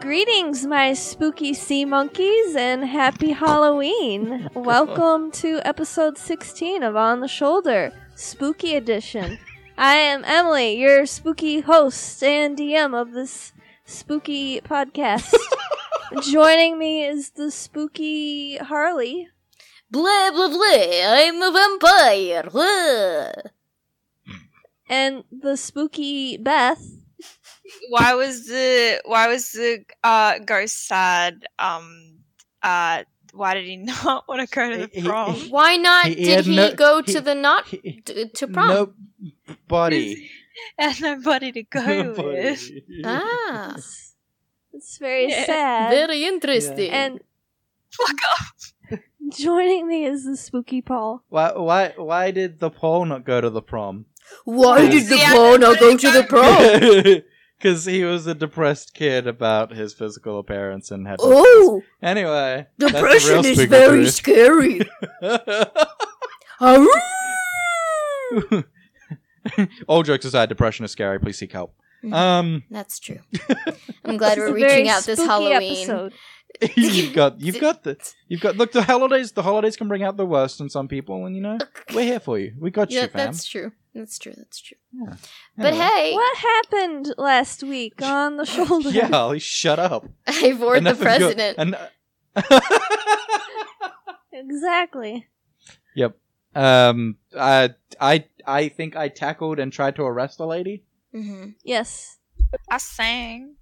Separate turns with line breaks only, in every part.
Greetings, my spooky sea monkeys, and happy Halloween. Welcome to episode 16 of On the Shoulder, Spooky Edition. I am Emily, your spooky host and DM of this spooky podcast. Joining me is the spooky Harley.
Blah blah blah. I'm a vampire. Blah.
and the spooky Beth.
why was the why was the uh, ghost sad? Um, uh, why did he not want to go to the
He- he-
prom?
he-
Why not
He- he
did
had
he
no-
go
he-
to the not
he-
d- to prom?
Nobody.
and nobody to go with.
Nobody.
Ah,
It's, it's very
Yeah.
sad.
very interesting.
And
Fuck off!
joining me is the spooky Paul.
Why, why, why did the Paul not go to the prom?
why
did
the Paul not go to the prom?
Because he was a depressed kid about his physical appearance and had. no
Oh,
friends. Anyway, that's the real spooky truth.
scary.
All jokes aside, depression is scary. Please seek help.
Mm-hmm.
Mhm.
Um,
That's true. I'm glad
This
we're
is a very
reaching out this
spooky
Halloween.
episode.
you've got, you've got the, you've got. Look, the holidays, the holidays can bring out the worst in some people, and you know, we're here for you. We got
Yeah,
you, fam.
that's true. That's true. That's true.
Yeah.
But
Anyway.
hey,
What happened last week on the shoulder?
Yeah, Ollie, shut up.
I bored the
Enough of your-
president.
en-
Exactly.
yep. Um. I. I. I think I tackled and tried to arrest a lady.
Mhm.
Yes.
I sang.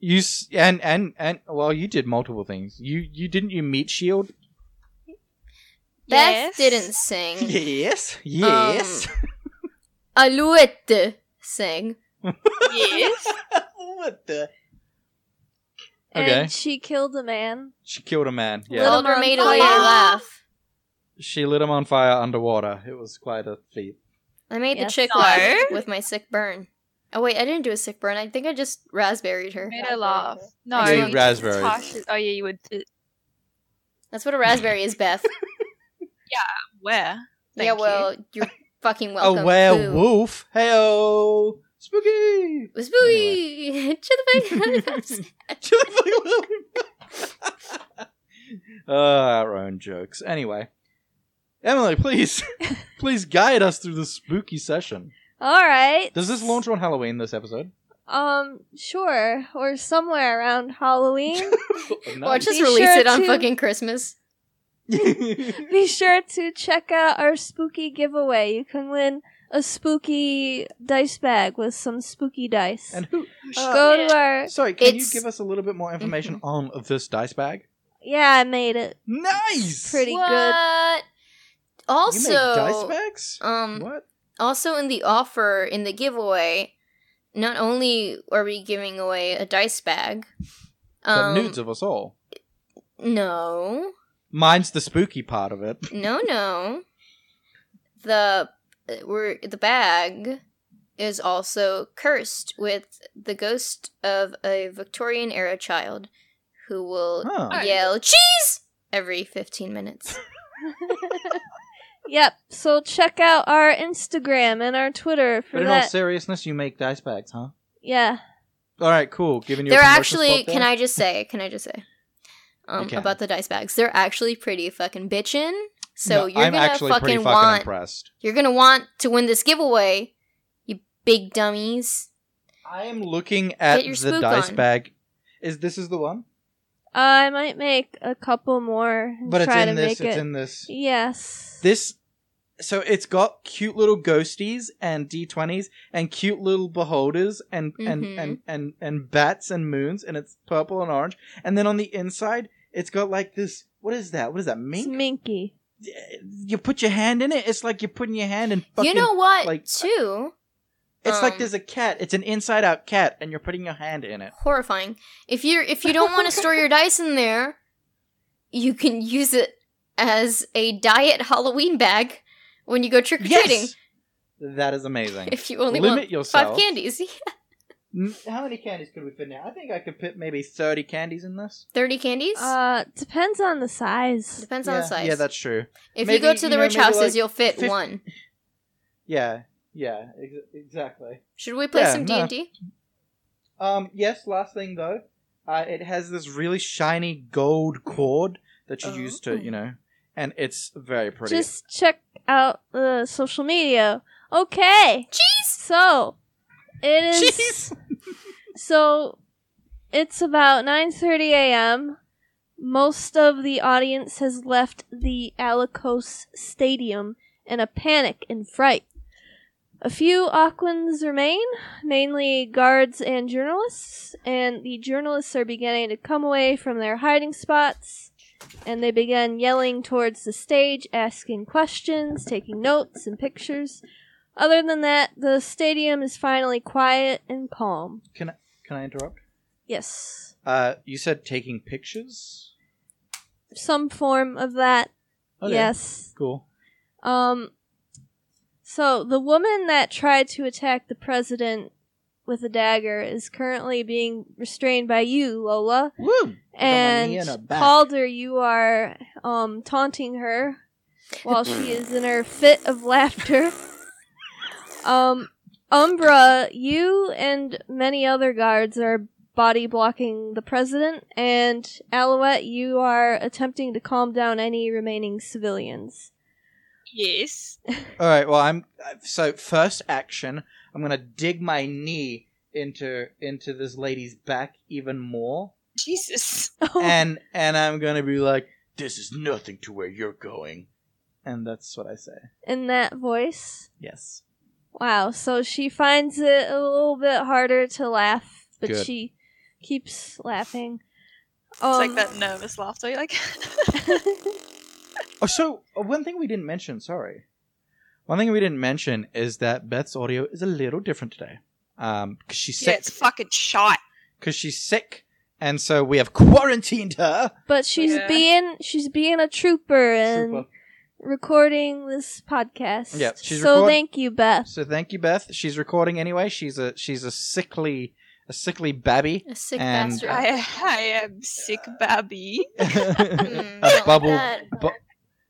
You s- and and and well, you did multiple things. You you didn't you meet Shield?
Beth
Yes.
didn't sing. Um,
Yes. Yes.
Alouette sang.
Yes.
what the? Okay.
And she killed a man.
She killed a man. Yeah.
Little-
Little Mermaid
Mermaid.
made laugh.
She lit him on fire underwater. It was quite a feat.
I made
Yes.
the chick
No.
laugh with my sick burn. Oh wait, I didn't do a sick burn. I think I just raspberried her.
Made her laugh. No,
Yeah, you
it's
raspberries.
Tasha's- Oh yeah, you would. uh,
That's what a raspberry is, Beth.
Where?
yeah,
Thank
well, you. are fucking
Oh
welcome.
a
Boo.
werewolf. Heyo, spooky.
It was booey. to the
Just like a little bit. uh, our own jokes. Anyway, Emily, please, please guide us through this spooky session.
All right.
Does this launch on Halloween? This episode?
Um, sure. Or somewhere around Halloween.
No.
Or just
Be
release
sure
it on
to-
fucking Christmas.
Be sure to check out our spooky giveaway. You can win a spooky dice bag with some spooky dice.
and who? uh,
Oh,
Go to our
sorry, can
It's- Mm-hmm.
you give us a little bit more information on this dice bag?
Yeah, I made it.
Nice.
Pretty
what?
good.
You make dice
Also,
bags?
um,
what?
also in the offer in the giveaway, not only are we giving away a dice bag, um,
the nudes of us all.
no,
Mine's the spooky part of it.
No, no. The we're, the bag is also cursed with the ghost of a Victorian era child who will
Huh.
Alright.
yell cheese every 15 minutes.
Yep. So check out our Instagram and our Twitter for
But in all
that.
seriousness, you make dice bags, huh?
yeah.
All right, cool. Giving you.
They're
a promotion
actually
spot there?
can I just say, can I just say um
You can.
about the dice bags. They're actually pretty fucking bitchin'. So
No,
you're
I'm
going to
actually pretty
fucking
fucking
want
impressed.
you're going to want to win this giveaway. You big dummies.
I am looking at
your
the
spook
dice
on.
bag. Is this is the one?
I might make a couple more. And
But it's
try
in
to
this.
make
It's
it.
in this.
Yes.
This. So it's got cute little ghosties and d20s and cute little beholders and and,
Mhm.
and and and bats and moons and it's purple and orange and then on the inside it's got like this. What is that? What is that?
It's
Mink?
Minky.
You put your hand in it. It's like you're putting your hand in. Fucking,
you know what?
like-
too
it's like
um,
there's a cat. It's an inside-out cat, and you're putting your hand in it.
horrifying. If you are if you don't want to store your dice in there, you can use it as a diet Halloween bag when you go trick or treating.
Yes, that is amazing.
If you only
Limit
want
yourself.
five candies,
N- How many candies could we fit now? I think I could fit maybe 30 candies in this.
thirty candies
Uh, depends on the size.
depends
yeah,
on the size.
Yeah, that's true.
if
maybe,
you go to
you
the
know,
rich
maybe
houses,
like
you'll fit
fif-
one.
Yeah, yeah, ex- exactly.
Should we play
Yeah,
some D
no.
and D?
Um, yes, last thing though. Uh, it has this really shiny gold cord that you use to,
Oh.
you know, and it's very pretty.
Just check out the social media. Okay. Jeez. So it is.
Jeez.
So it's about 9:30 a.m. Most of the audience has left the Alicos Stadium in a panic and fright. A few Aucklands remain, mainly guards and journalists, and the journalists are beginning to come away from their hiding spots and they begin yelling towards the stage, asking questions, taking notes and pictures. Other than that, the stadium is finally quiet and calm.
Can I, can I interrupt?
Yes.
Uh, you said taking pictures.
Some form of that.
Okay,
Yes.
Cool.
Um so the woman that tried to attack the president with a dagger is currently being restrained by you, Lola.
Woo. knee and her
And
back.
Calder, you are um taunting her while she is in her fit of laughter. Um Umbra, you and many other guards are body blocking the president, and Alouette, you are attempting to calm down any remaining civilians.
Yes.
All right. Well, I'm so first action. I'm gonna dig my knee into into this lady's back even more,
Jesus.
and and I'm gonna be like, "This is nothing to where you're going," and that's what I say.
in that voice.
Yes.
Wow, so she finds it a little bit harder to laugh, but
Good.
she keeps laughing.
It's
Um,
like that nervous laughter. You're like,
Oh, so uh, one thing we didn't mention. Sorry. One thing we didn't mention is that Beth's audio is a little different today. Um, cause she's
yeah,
sick.
it's fucking shot.
Cause she's sick, and so we have quarantined her.
But she's
Yeah.
being she's being a trooper and
Super.
recording this podcast.
Yeah, she's
so
record-
thank you, Beth.
So thank you, Beth. She's recording anyway. She's a she's a sickly a sickly babby.
A sick
And-
bastard.
I, I am sick, babby.
Mm,
a
don't
bubble
like that.
bu-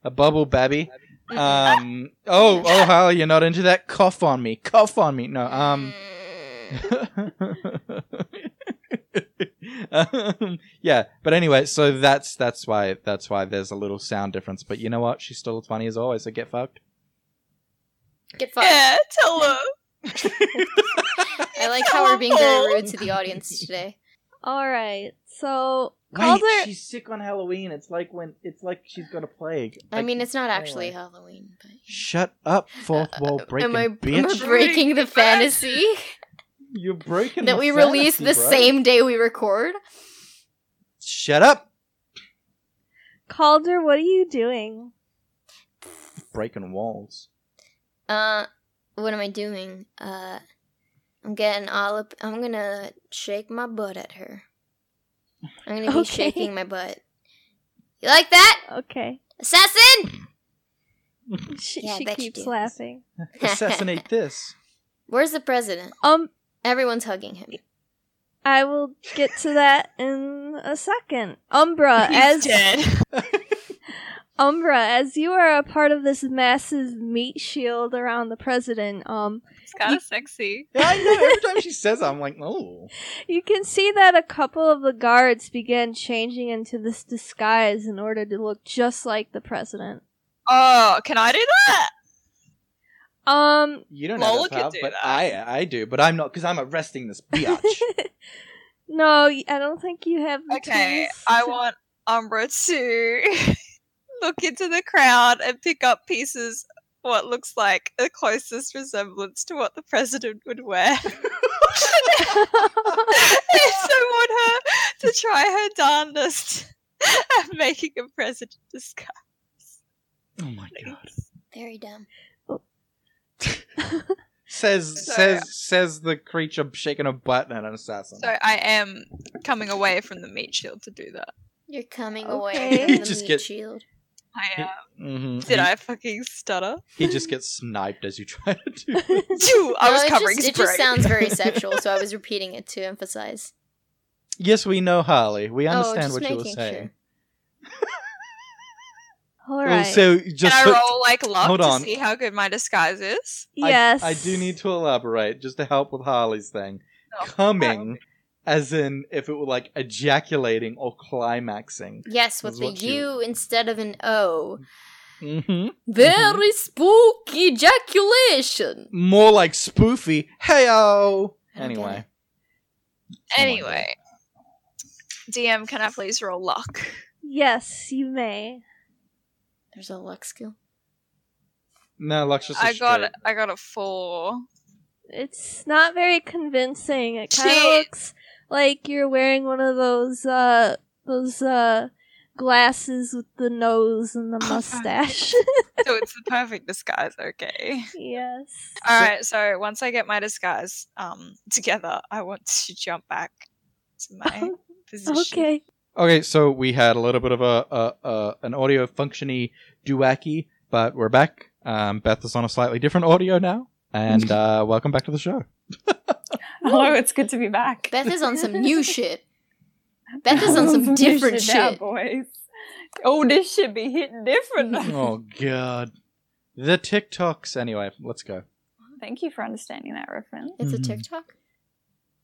a bubble babby.
Mm-mm.
Um oh oh Harley, you're not into that? Cough on me. Cough on me. No, um
Mm.
um, yeah, but anyway, so that's that's why that's why there's a little sound difference. But you know what? She's still as funny as always. So get fucked.
Get fucked.
Yeah, tell her.
I like how we're being very rude to the audience today.
All right. So
Wait,
Calder
she's sick on Halloween. It's like when it's like she's got a plague.
I mean, it's not actually
Anyway.
Halloween. But...
Shut up, fourth wall breaking
Uh, am I, am I
bitch.
breaking the fantasy
You're breaking
that
the
we release the
fantasy, bro.
same day we record?
Shut up.
Calder, what are you doing?
Breaking walls.
Uh, what am I doing? Uh, I'm getting all up. I'm gonna shake my butt at her. I'm gonna be
Okay.
shaking my butt. You like that,
Okay.
assassin?
She,
Yeah, I
she
bet you
keeps
do.
laughing.
Assassinate this.
Where's the president?
Um
Everyone's hugging him.
I will get to that in a second. Umbra, as
He's dead.
Umbra, as you are a part of this massive meat shield around the president, um,
It's kind of sexy.
Yeah, I know. Every time she says that, I'm like, oh.
you can see that a couple of the guards began changing into this disguise in order to look just like the president.
Oh, can I do that?
Um,
You don't
Lola
have that
could
power,
do
but
that.
I I do. But I'm not because I'm arresting this biatch.
no, y- I don't think you have. The
Okay,
tools
I
to-
want Umbra to look into the crowd and pick up pieces what looks like the closest resemblance to what the president would wear. and I want her to try her darndest at making a president disguise.
oh my god.
Very dumb.
Says
Sorry.
says says the creature shaking a butt at an assassin.
So I am coming away from the meat shield to do that.
You're coming
Okay.
away from the
Just
meat
get-
shield.
I am.
hmm
Did I fucking stutter?
He just gets sniped as you try to do.
Dude,
it.
I
No,
was
it
covering
just, It
spray.
just sounds very sexual, so I was repeating it to emphasize.
yes, we know Harley. We understand
Oh, just
what you were
making
saying.
All
Oh,
right.
So
Can
just
I
for-
roll like luck
Hold
to
on.
see how good my disguise is?
I-
yes,
I, do need to elaborate just to help with Harley's thing.
Oh,
Coming as in if it were like ejaculating or climaxing.
Yes,
That's
with the
what she-
U instead of an O.
Mm-hmm.
Very spooky ejaculation.
More like spoofy. Heyo.
I don't get
Anyway, Oh
Anyway, DM, can I please roll luck?
Yes, you may.
There's a luck skill.
no, luck's just. a
I got
straight.
I got a four.
It's not very convincing. It kind of
Shit.
looks like you're wearing one of those uh those uh glasses with the nose and the mustache.
so it's the perfect disguise. Okay.
yes.
All right. So once I get my disguise um together, I want to jump back to my position.
Okay.
Okay, so we had a little bit of a, a, a an audio functiony duwacky, but we're back. Um, Beth is on a slightly different audio now, and uh, welcome back to the show.
Hello, Oh, it's good to be back.
Beth is on some new shit. Beth is on some different
now,
shit.
boys. Oh, this should be hitting different.
oh God, the TikToks. Anyway, let's go.
Thank you for understanding that reference.
It's a
Mhm.
TikTok.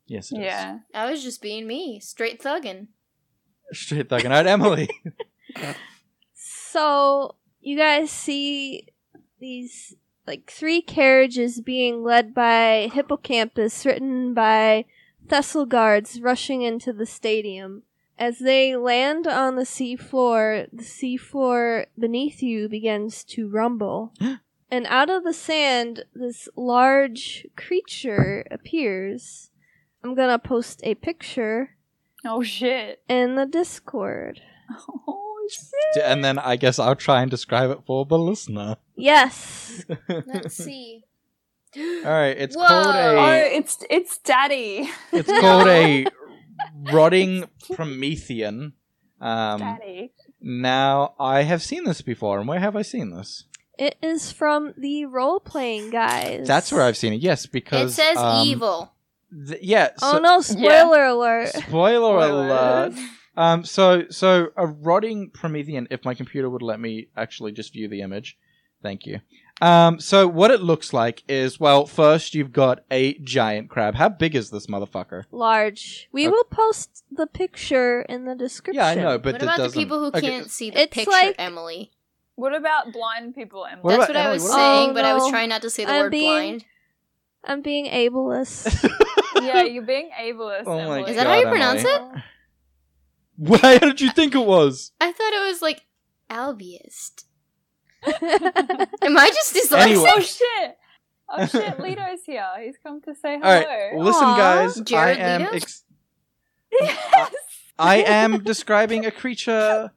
Yes, it is.
Yeah.
I was just being me, straight thuggin.
Straight thug and out, Emily.
So you guys see these like three carriages being led by hippocampus written by Thessal guards rushing into the stadium. As they land on the seafloor, the seafloor beneath you begins to rumble. and out of the sand, this large creature appears. I'm gonna post a picture
Oh shit.
in the Discord.
Oh shit.
D- and then I guess I'll try and describe it for the listener.
Yes.
All
Let's see.
right, it's
Whoa.
called
Oh,
a
it's it's daddy.
it's called a rotting Promethean. Um,
daddy.
now I have seen this before, and where have I seen this?
It is from the role playing guys.
That's where I've seen it. Yes,
It
because
says
um,
evil.
th- yeah.
Oh
So,
no! Spoiler alert.
Spoiler
Spoiler.
alert. Um, so so a rotting Promethean. If my computer would let me actually just view the image, thank you. Um, so what it looks like is well, first you've got a giant crab. How big is this motherfucker?
Large. We
Okay.
will post the picture in the description.
uh, Yeah, I know, but
what
that
about the
doesn't-
people who
okay,
can't see the
It's
picture,
like-
Emily?
What about blind people and
What
That's
about
what I
Emily?
was
What
about-
saying, but I was
Oh,
trying not to say the
I'm
word
being-
blind.
I'm being ableist.
yeah, you're being ableist.
Oh my
Emily.
Is that how you
God,
pronounce it?
Oh.
Why did you think it was?
I thought it was like albiest. Am I just dyslexic?
Anyway.
Oh shit. Oh shit, Lito's here. He's come to say
All
hello.
right, listen,
Aw.
guys.
Jared
I am
Leto?
ex- uh,
Yes.
I am describing a creature.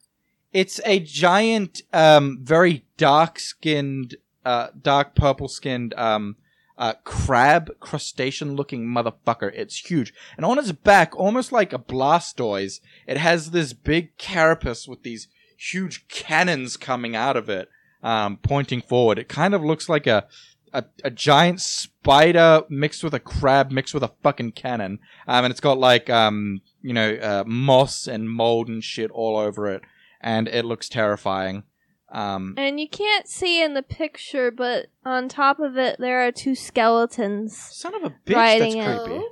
It's a giant, um, very dark-skinned, uh, dark purple-skinned um, uh, crab crustacean-looking motherfucker. It's huge, and on its back, almost like a blastoise, it has this big carapace with these huge cannons coming out of it, um, pointing forward. It kind of looks like a, a a giant spider mixed with a crab mixed with a fucking cannon, um, and it's got like um, you know uh, moss and mold and shit all over it, and it looks terrifying. Um,
and you can't see in the picture, but on top of it there are two skeletons.
son of a bitch,
Riding
that's creepy.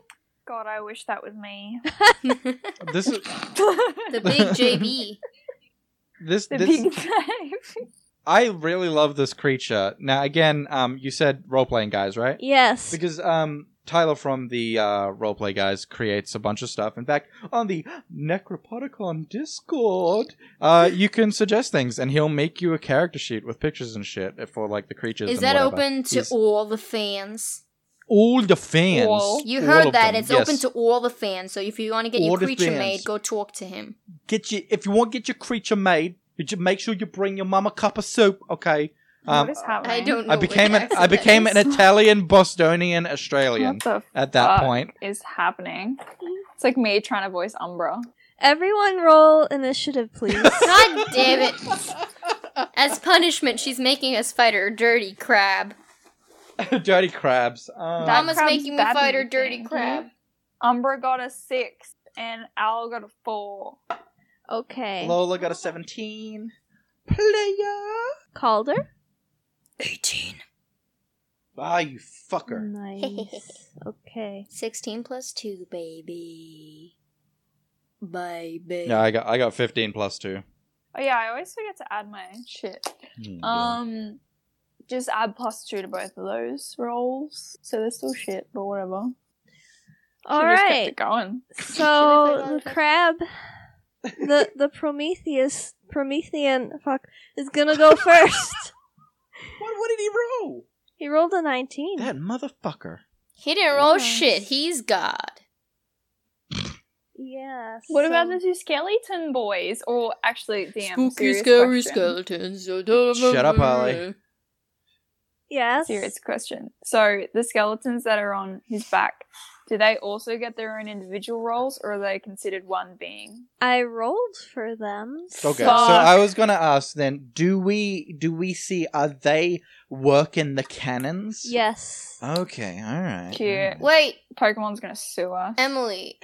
God, I wish that was me.
the
This is
big JB.
this
the
this.
big thing.
I really love this creature. Now again, um, you said role playing guys, right?
Yes.
because um Tyler from the uh, roleplay guys creates a bunch of stuff. In fact, on the Necropodicon Discord, uh, you can suggest things, and he'll make you a character sheet with pictures and shit for like the creatures.
Is
and
that
whatever.
open to
He's-
all the fans?
all the fans?
All.
You
All
heard
of
that.
them,
It's
yes.
open to all the fans. So if you want to get
All
your
the
creature
fans.
made, go talk to him.
get you if you want to get your creature made. You just make sure you bring your mum a cup of soup, okay? Um,
what is happening?
I don't know.
I became an
what
I
accent that
became an
is.
Italian Bostonian Australian
What the
at that
fuck?
point.
is happening? It's like me trying to voice Umbra.
Everyone roll initiative, please.
God damn it. As punishment, she's making us fight her dirty crab.
Dirty crabs. Um,
That
Mama's
crab's
making me
bad
fight her
thing.
dirty crab.
Umbra got a six and Owl got a four.
okay.
Lola got a 17. Player.
Calder?
18.
Ah, you fucker.
Nice. okay.
16 plus 2, baby. Baby.
Yeah, I got I got fifteen plus two.
Oh yeah, I always forget to add my shit.
Hmm.
Um, just add plus two to both of those rolls, so they're still shit, but whatever.
All
Should've just kept
right.
it going.
So
Should've
the
played
crab, the the Prometheus, Promethean, fuck, is gonna go first.
what, what did he roll?
he rolled a nineteen.
That motherfucker.
He didn't roll
Yes.
shit. He's God.
yeah.
What about
so-
the two skeleton boys? Or actually, damn,
Spooky,
serious
scary
question.
skeletons. I don't
Shut up,
remember.
Holly.
Yes.
Serious question. So the skeletons that are on his back, do they also get their own individual roles, or are they considered one being?
I rolled for them.
Okay,
Fuck.
so I was gonna ask then, do we do we see are they working the cannons?
Yes.
Okay, alright. Hmm.
Cute.
alright.
Wait,
Pokemon's gonna sue us.
Um,
Emily,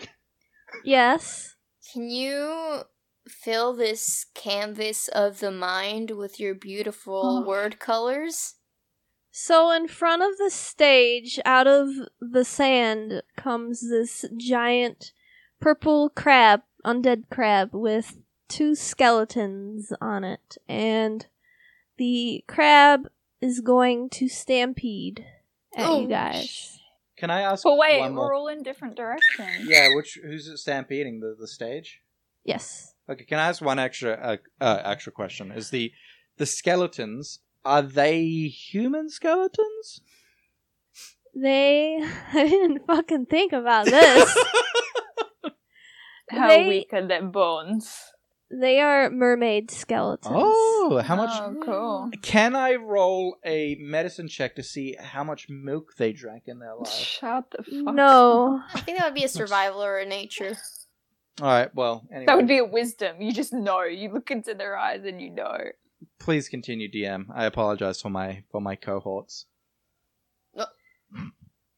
Yes.
can you fill this canvas of the mind with your beautiful
Oh.
word colors?
So in front of the stage, out of the sand comes this giant purple crab, undead crab, with two skeletons on it, and the crab is going to stampede at
Oh,
you guys.
Can I ask
But wait,
one more?
we're all in different directions.
Yeah, which who's it stampeding? The the stage?
Yes.
Okay, can I ask one extra uh, uh, extra question? Is the the skeletons are they human skeletons?
They. I didn't fucking think about this.
How
They-
weak are their bones?
they are mermaid skeletons.
oh, how much
Oh, cool.
Can I roll a medicine check to see how much milk they drank in their life?
Shut the fuck up.
No.
I think that would be a survival or a nature.
All right. Well, anyway,
That would be a wisdom. You just know. You look into their eyes and you know.
please continue, DM. I apologize for my for my cohorts.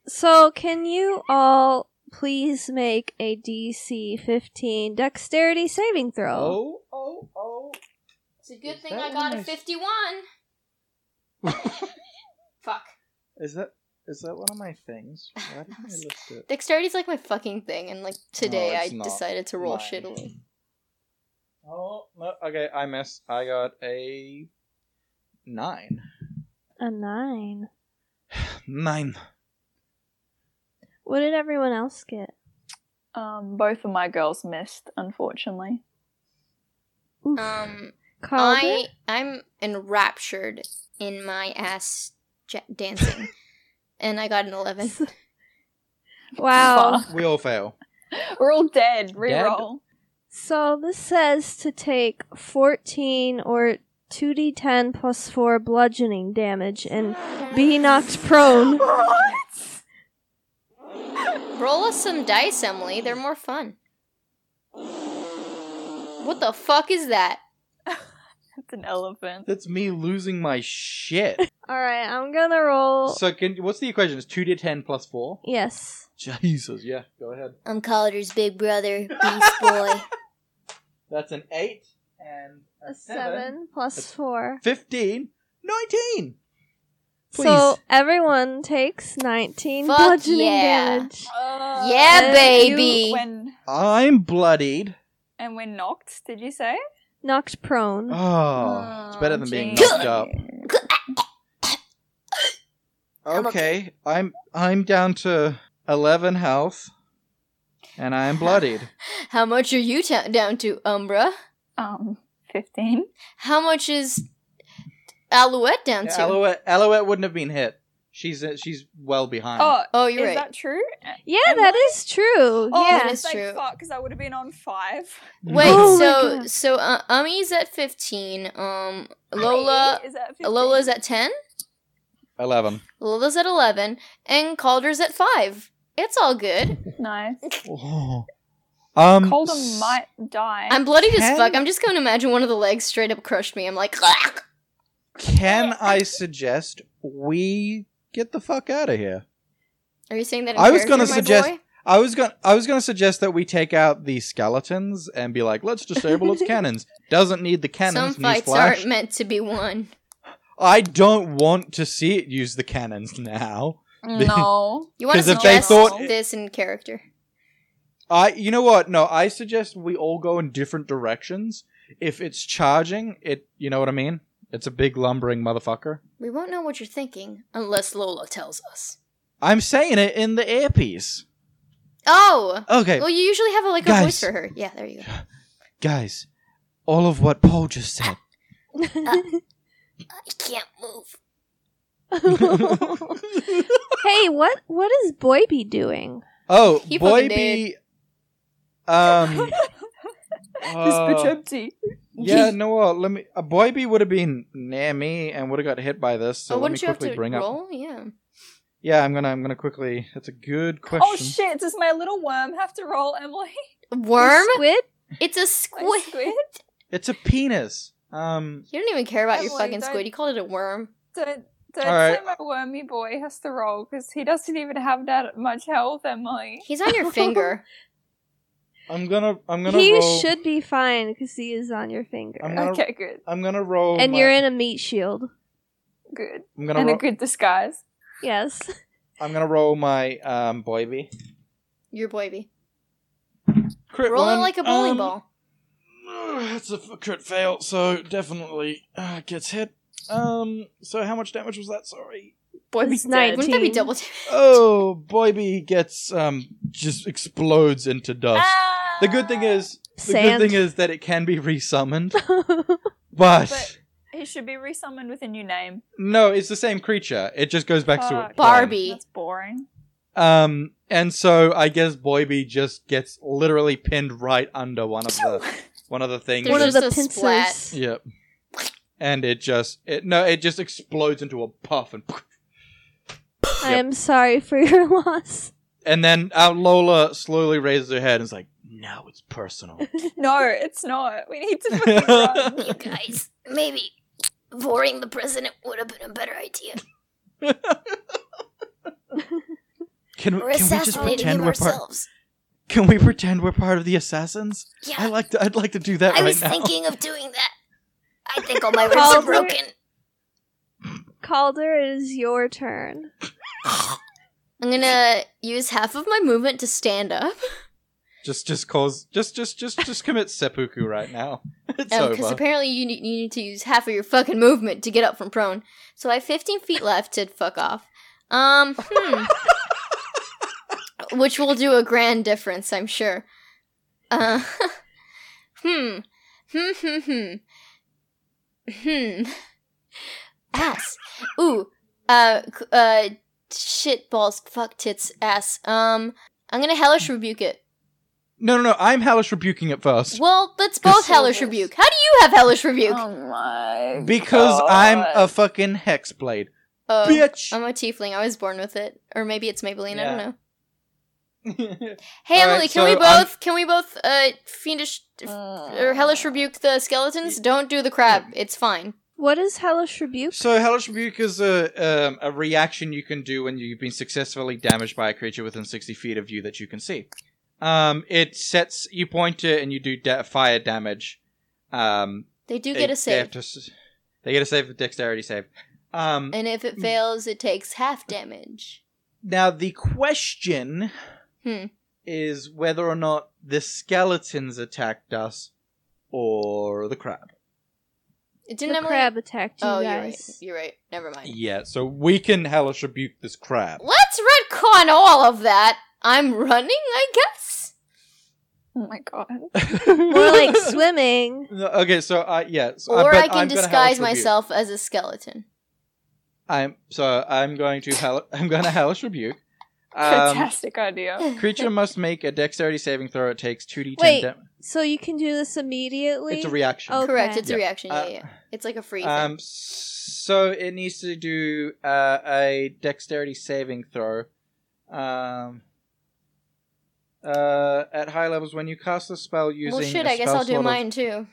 So, can you all please make a DC 15 dexterity saving throw?
Oh, oh, oh!
It's a good
Is
thing
that
I got a
nice?
51. Fuck.
Is that is that one of my things? Why didn't I list it?
Dexterity's like my fucking thing, and like today
No,
I
it's not
decided to roll
mine.
shit away.
Oh no! Okay, I missed. I got a nine.
A 9.
Nine.
What did everyone else get?
Um, both of my girls missed, unfortunately.
Oof.
Um,
Carl
I
did?
I'm enraptured in my ass ja- dancing, and I got an eleven.
Wow.
Fuck.
We all fail.
We're all dead. Reroll.
So, this says to take 14 or 2d10 plus 4 bludgeoning damage and be knocked prone.
What?
Roll us some dice, Emily. They're more fun. What the fuck is that?
It's an elephant.
That's me losing my shit.
Alright, I'm gonna roll.
So, can, what's the equation? It's two to ten plus four.
yes.
Jesus. Yeah. Go ahead.
I'm Collider's big brother, Beast Boy.
That's an eight and
A 7 plus 4.
15, 19.
So,
Please.
everyone takes 19
Fuck
bludgeoning
yeah.
damage.
Yeah,
Uh,
baby.
You, when
I'm bloodied.
and when knocked, did you say?
Knocked prone.
Oh, it's better than being
jeez.
knocked up. Okay, I'm I'm down to 11 health and I'm bloodied.
How much are you ta- down to, Umbra?
Um, fifteen.
How much is Alouette down to?
Alouette, Alouette wouldn't have been hit. She's uh, she's well behind.
Oh,
oh, you're
is
right.
that true?
Yeah, that is true.
Oh,
yeah.
it is
like,
true.
Fuck, because I would have been on five.
Mm.
Wait,
Oh my
so
God.
so uh, Ummy's at fifteen. Um, Lola
Hey, is that 15?
Lola's at ten.
11.
Lola's at eleven, and Calder's at five. It's all good.
nice.
Oh. Um
Calder
s-
might die.
I'm bloody as
Ten?
fuck. I'm just going to imagine one of the legs straight up crushed me. I'm like,
can I suggest we get the fuck out of here?
are you saying that? In
I was
going to
gonna suggest- I was going I was going to suggest that we take out the skeletons and be like, let's disable its cannons. Doesn't need the cannons.
some fights
newsflash.
aren't meant to be won.
I don't want to see it use the cannons now.
No.
You want to
'Cause if
they
suggest
thought-
this in character?
I, you know what? No, I suggest we all go in different directions. If it's charging, it, you know what I mean? It's a big lumbering motherfucker.
We won't know what you're thinking unless Lola tells us.
I'm saying it in the earpiece.
Oh,
Okay,
well, you usually have like a voice
Guys.
for her. Yeah, there you go.
guys, all of what Paul just said.
I can't move. Uh.
hey, what what is Boyby doing?
Oh,
He
boy,
fucking
be. Um.
This
uh,
bitch empty.
yeah, no. What? Let me. A boy bee would have been near me and would have got hit by this. So
oh,
let me
wouldn't you have
quickly
to
bring up.
roll? Yeah.
Yeah, I'm gonna. I'm gonna quickly. That's a good question.
Oh shit, does my little worm have to roll, Emily?
Worm?
Squid?
It's a
My
squid.
squid?
It's a penis. Um.
You don't even care about your
Emily,
fucking
don't-
squid. You called it a worm.
Don't, don't
All
say my wormy boy has to roll because he doesn't even have that much health, Emily.
He's on your finger.
I'm gonna. I'm gonna.
He
roll,
should be fine because he is on your finger.
I'm gonna-
Okay, good,
I'm gonna roll.
and
my-
you're in a meat shield.
good.
I'm gonna.
And a
Ro-
good disguise.
Yes.
I'm gonna roll my um boy bee.
your boyby.
Crit
Roll it
one,
like a bowling
um,
ball.
That's a f- crit fail, so definitely uh, gets hit. Um, so how much damage was that? Sorry.
It's
Wouldn't that be
19.
double damage?
Oh, boy, bee gets um just explodes into dust.
Ah!
The good thing is, the
Ah! Sand.
good thing is that it can be resummoned, but,
But- he should be resummoned with a new name.
no, it's the same creature. It just goes back to
Fuck.
it.
Barbie.
That's boring.
Um, and so I guess Boyby just gets literally pinned right under one of the one of the things.
There's
One of
that-
just
the
a splat.
pincers.
yep. And it just it no it just explodes into a puff and
I am sorry for your loss.
and then uh, Lola slowly raises her head and is like, "Now it's personal."
No, it's not. We need to fucking run.
You guys, maybe boring the president would have been a better idea.
Can we,
We're
can we just
assassinating
pretend
him
we're part?
ourselves.
Can we pretend we're part of the assassins? I
Yeah,
like to, I'd like to do that
I
right
was
now.
thinking of doing that. I think all my ribs
Calder.
are broken.
Calder, it is your turn.
I'm gonna use half of my movement to stand up.
Just just cause just just just just commit seppuku right now. It's
Because
over.
Um, apparently you need, you need to use half of your fucking movement to get up from prone. So I have 15 feet left to fuck off. Um, hmm. Which will do a grand difference, I'm sure. Uh, hmm. Hmm, hmm, hmm. Hmm. Ass. Ooh. Uh, c- uh, shit balls, fuck tits, ass. Um, I'm gonna hellish rebuke it.
No no no! I'm hellish rebuking it first.
Well, let's both hellish rebuke. How do you have hellish rebuke?
Um,
Oh my.
Because
God.
I'm a fucking hexblade.
Oh,
Bitch!
I'm a tiefling. I was born with it, or maybe it's Maybelline. I
Yeah.
don't know. Hey,
All right,
Emily, can
so
we
I'm-
both can we both uh fiendish
Mm.
or hellish rebuke the skeletons? Don't do the crab. It's fine.
What is Hellish Rebuke?
so, Hellish Rebuke is a, um, a reaction you can do when you've been successfully damaged by a creature within 60 feet of you that you can see. Um, it sets, you point it and you do da- fire damage. Um,
They do
they-
get a
They, have
save,
to s- they get a save, a dexterity save. Um,
and if
Hmm.
it fails, it takes half damage.
Now the question
Hmm.
is whether or not the skeletons attacked us or the crab.
It
The
didn't Emily.
crab attacked you
oh, you're right.
guys.
You're right. Never mind.
Yeah, so we can hellish rebuke this crab.
Let's retcon all of that. I'm running, I guess.
Oh my god.
Um,
More like swimming.
No, okay, so uh, yeah, so, uh,
Or
but
I
I'm
can
gonna
disguise
hellish rebuke.
myself as a skeleton.
I'm so I'm going to hell. I'm going to hellish rebuke. Um,
Fantastic idea.
creature must make a dexterity saving throw. It takes two d10
Wait,
damage.
So you can do this immediately.
It's a reaction.
Okay.
Correct. It's a
Yeah.
reaction. Oh, Yeah,
Uh,
yeah. yeah. It's like a free thing.
Um, so it needs to do uh, a dexterity saving throw. Um, uh, at high levels, when you cast a spell using
well, shit.
a
I guess
spell
I'll do
slot of
mine too.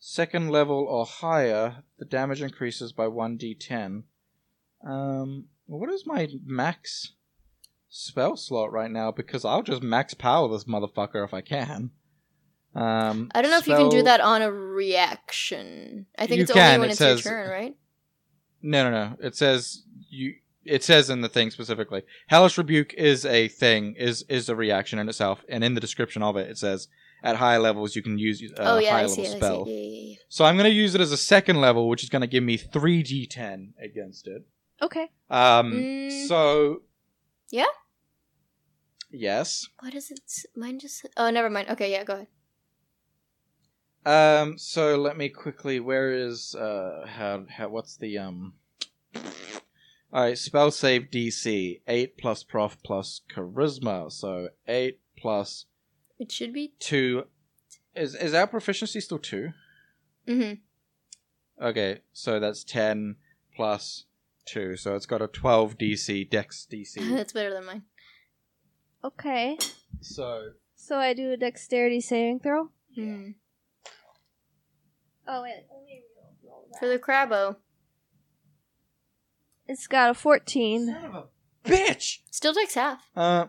second level or higher, the damage increases by one d10. Um, what is my max spell slot right now? Because I'll just max power this motherfucker if I can. Um,
I don't know if you can do
spell-
that on a reaction. I think
You
it's
can,
only when
it
it's
says- uh,
your turn, right?
No, no, no. It says you. It says in the thing specifically, hellish rebuke is a thing, is is a reaction in itself, and in the description of it, it says at high levels you can use a
oh yeah,
high
I
level
see, it, I see. it.
spell.
Yeah, yeah, yeah.
So I'm going to use it as a second level, which is going to give me three d10 against it.
Okay.
Um.
Mm.
So.
Yeah?
Yes.
What does it? s- Mine just. Oh, never mind. Okay, yeah, go ahead.
Um. So let me quickly. Where is uh? How? how what's the um? All right. Spell save DC eight plus prof plus charisma. So eight plus
It should be.
two. Is is our proficiency still two?
Mm-hmm.
Okay, so that's 10 plus 2. So it's got a 12 DC, Dex DC.
That's better than mine.
Okay.
so,
So I do a dexterity saving throw.
Hmm.
Oh wait, let me roll
For the crabbo,
It's got a fourteen.
son of a bitch!
still takes half.
Uh,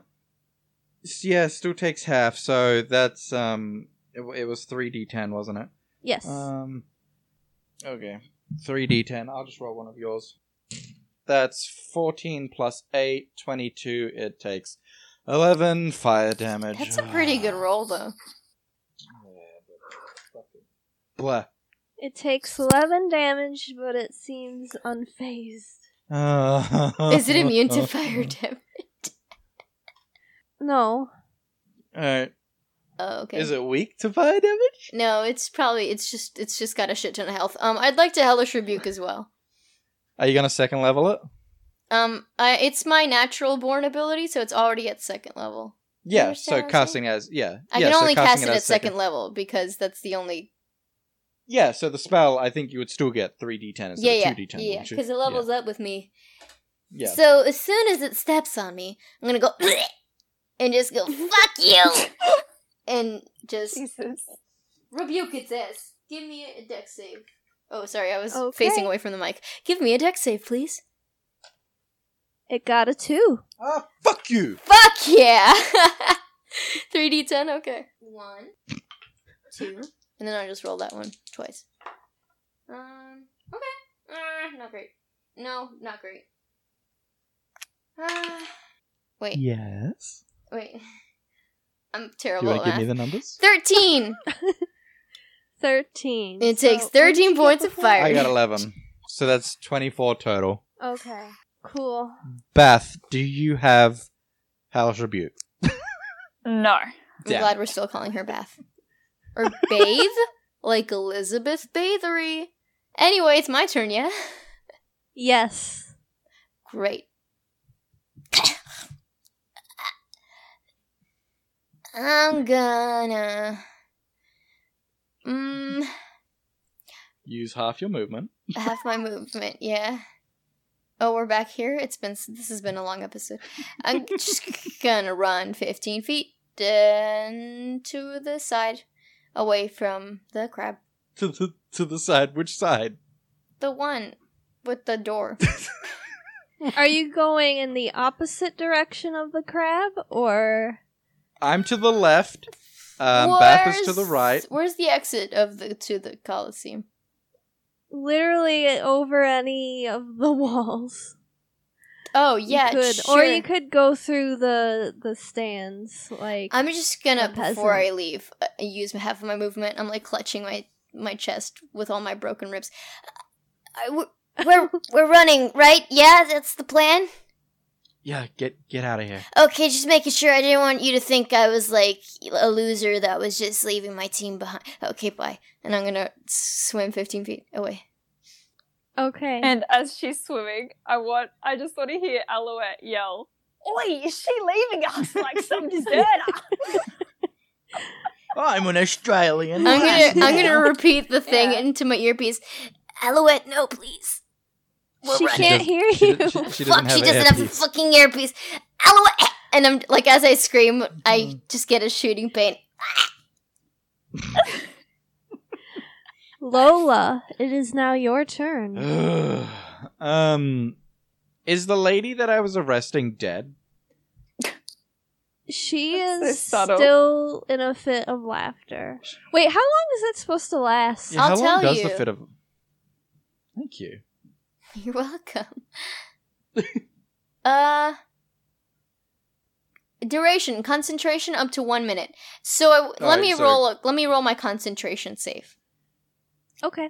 s- yeah, still takes half. So that's, um, it, w- it was 3d10, wasn't it?
Yes.
Um, okay. 3d10. I'll just roll one of yours. That's 14 plus 8, 22. It takes 11 fire damage.
That's a pretty good roll though.
Blah.
it takes eleven damage, but it seems unfazed.
Uh,
Is it immune to fire damage?
No.
Alright.
Oh, okay.
Is it weak to fire damage?
No, it's probably it's just it's just got a shit ton of health. Um, I'd like to hellish rebuke as well.
Are you gonna second level it?
Um, I, it's my natural born ability, so it's already at second level.
Yeah,
understand
so
what I'm
casting as yeah.
I
yeah,
can
so
only
casting
cast it at second. level because that's the only
Yeah, so the spell I think you would still get three D ten instead
yeah yeah
of two D ten.
yeah because it levels up with me.
Yeah.
So as soon as it steps on me, I'm gonna go and just go fuck you and just
Jesus.
rebuke its ass. Give me a deck save. Oh, sorry, I was
Okay.
facing away from the mic. Give me a deck save, please.
It got a two.
Ah, fuck you.
Fuck yeah! 3d10, okay. One, two, and then I just roll that one twice. Um, okay. Uh, not great. No, not great. Uh, wait,
Yes.
wait. I'm
Do you
terrible
wanna
at
give me
math.
the numbers?
13!
Thirteen.
It
So-
takes 13 points of fire.
I got eleven. So that's twenty four total.
Okay. Cool.
Beth, do you have Hellish Rebuke?
No.
I'm glad we're still calling her Beth. Or Bathe? like Elizabeth Bathory. Anyway, it's my turn, yeah?
Yes.
Great. I'm gonna. Mm,
Use half your movement.
half my movement, yeah. Oh, we're back here. It's been this has been a long episode. I'm just gonna run 15 feet then to the side, away from the crab.
To the to the side. Which side?
The one with the door.
Are you going in the opposite direction of the crab, or
I'm to the left. Um, Beth is to the
Where's-
right.
Where's the exit of the to the Colosseum?
literally over any of the walls?
Oh
You
yeah,
could-
sure.
Or you could go through the the stands, like
I'm just gonna
A peasant.
before I leave, uh, use half of my movement. I'm like clutching my my chest with all my broken ribs. I, we're- we're we're running, right? Yeah, that's the plan.
Yeah, get get out of here.
Okay, just making sure. I didn't want you to think I was like a loser that was just leaving my team behind. Okay, bye. And I'm gonna s- swim 15 feet away.
okay.
And as she's swimming, I want I just want to hear Alouette yell, Oi, is she leaving us like some deserter?
I'm an Australian.
I'm gonna I'm gonna repeat the thing
Yeah.
into my earpiece. Alouette, no, please. We're
she
running.
can't
does-
hear
She,
you.
d- she, she doesn't
Fuck,
have
she
an
doesn't have a
earpiece.
fucking earpiece. Alouette! And I'm like, as I scream,
Mm-hmm.
I just get a shooting pain.
Lola, it is now your turn.
um, is the lady that I was arresting dead?
She
That's so
is
subtle.
still in a fit of laughter. Wait, how long is that supposed to last? Uh,
I'll
how long
tell
does the
you.
fit of? Thank you.
You're welcome. uh duration concentration up to 1 minute. So I, let
Alright,
me
so-
roll a, let me roll my concentration save,
Okay.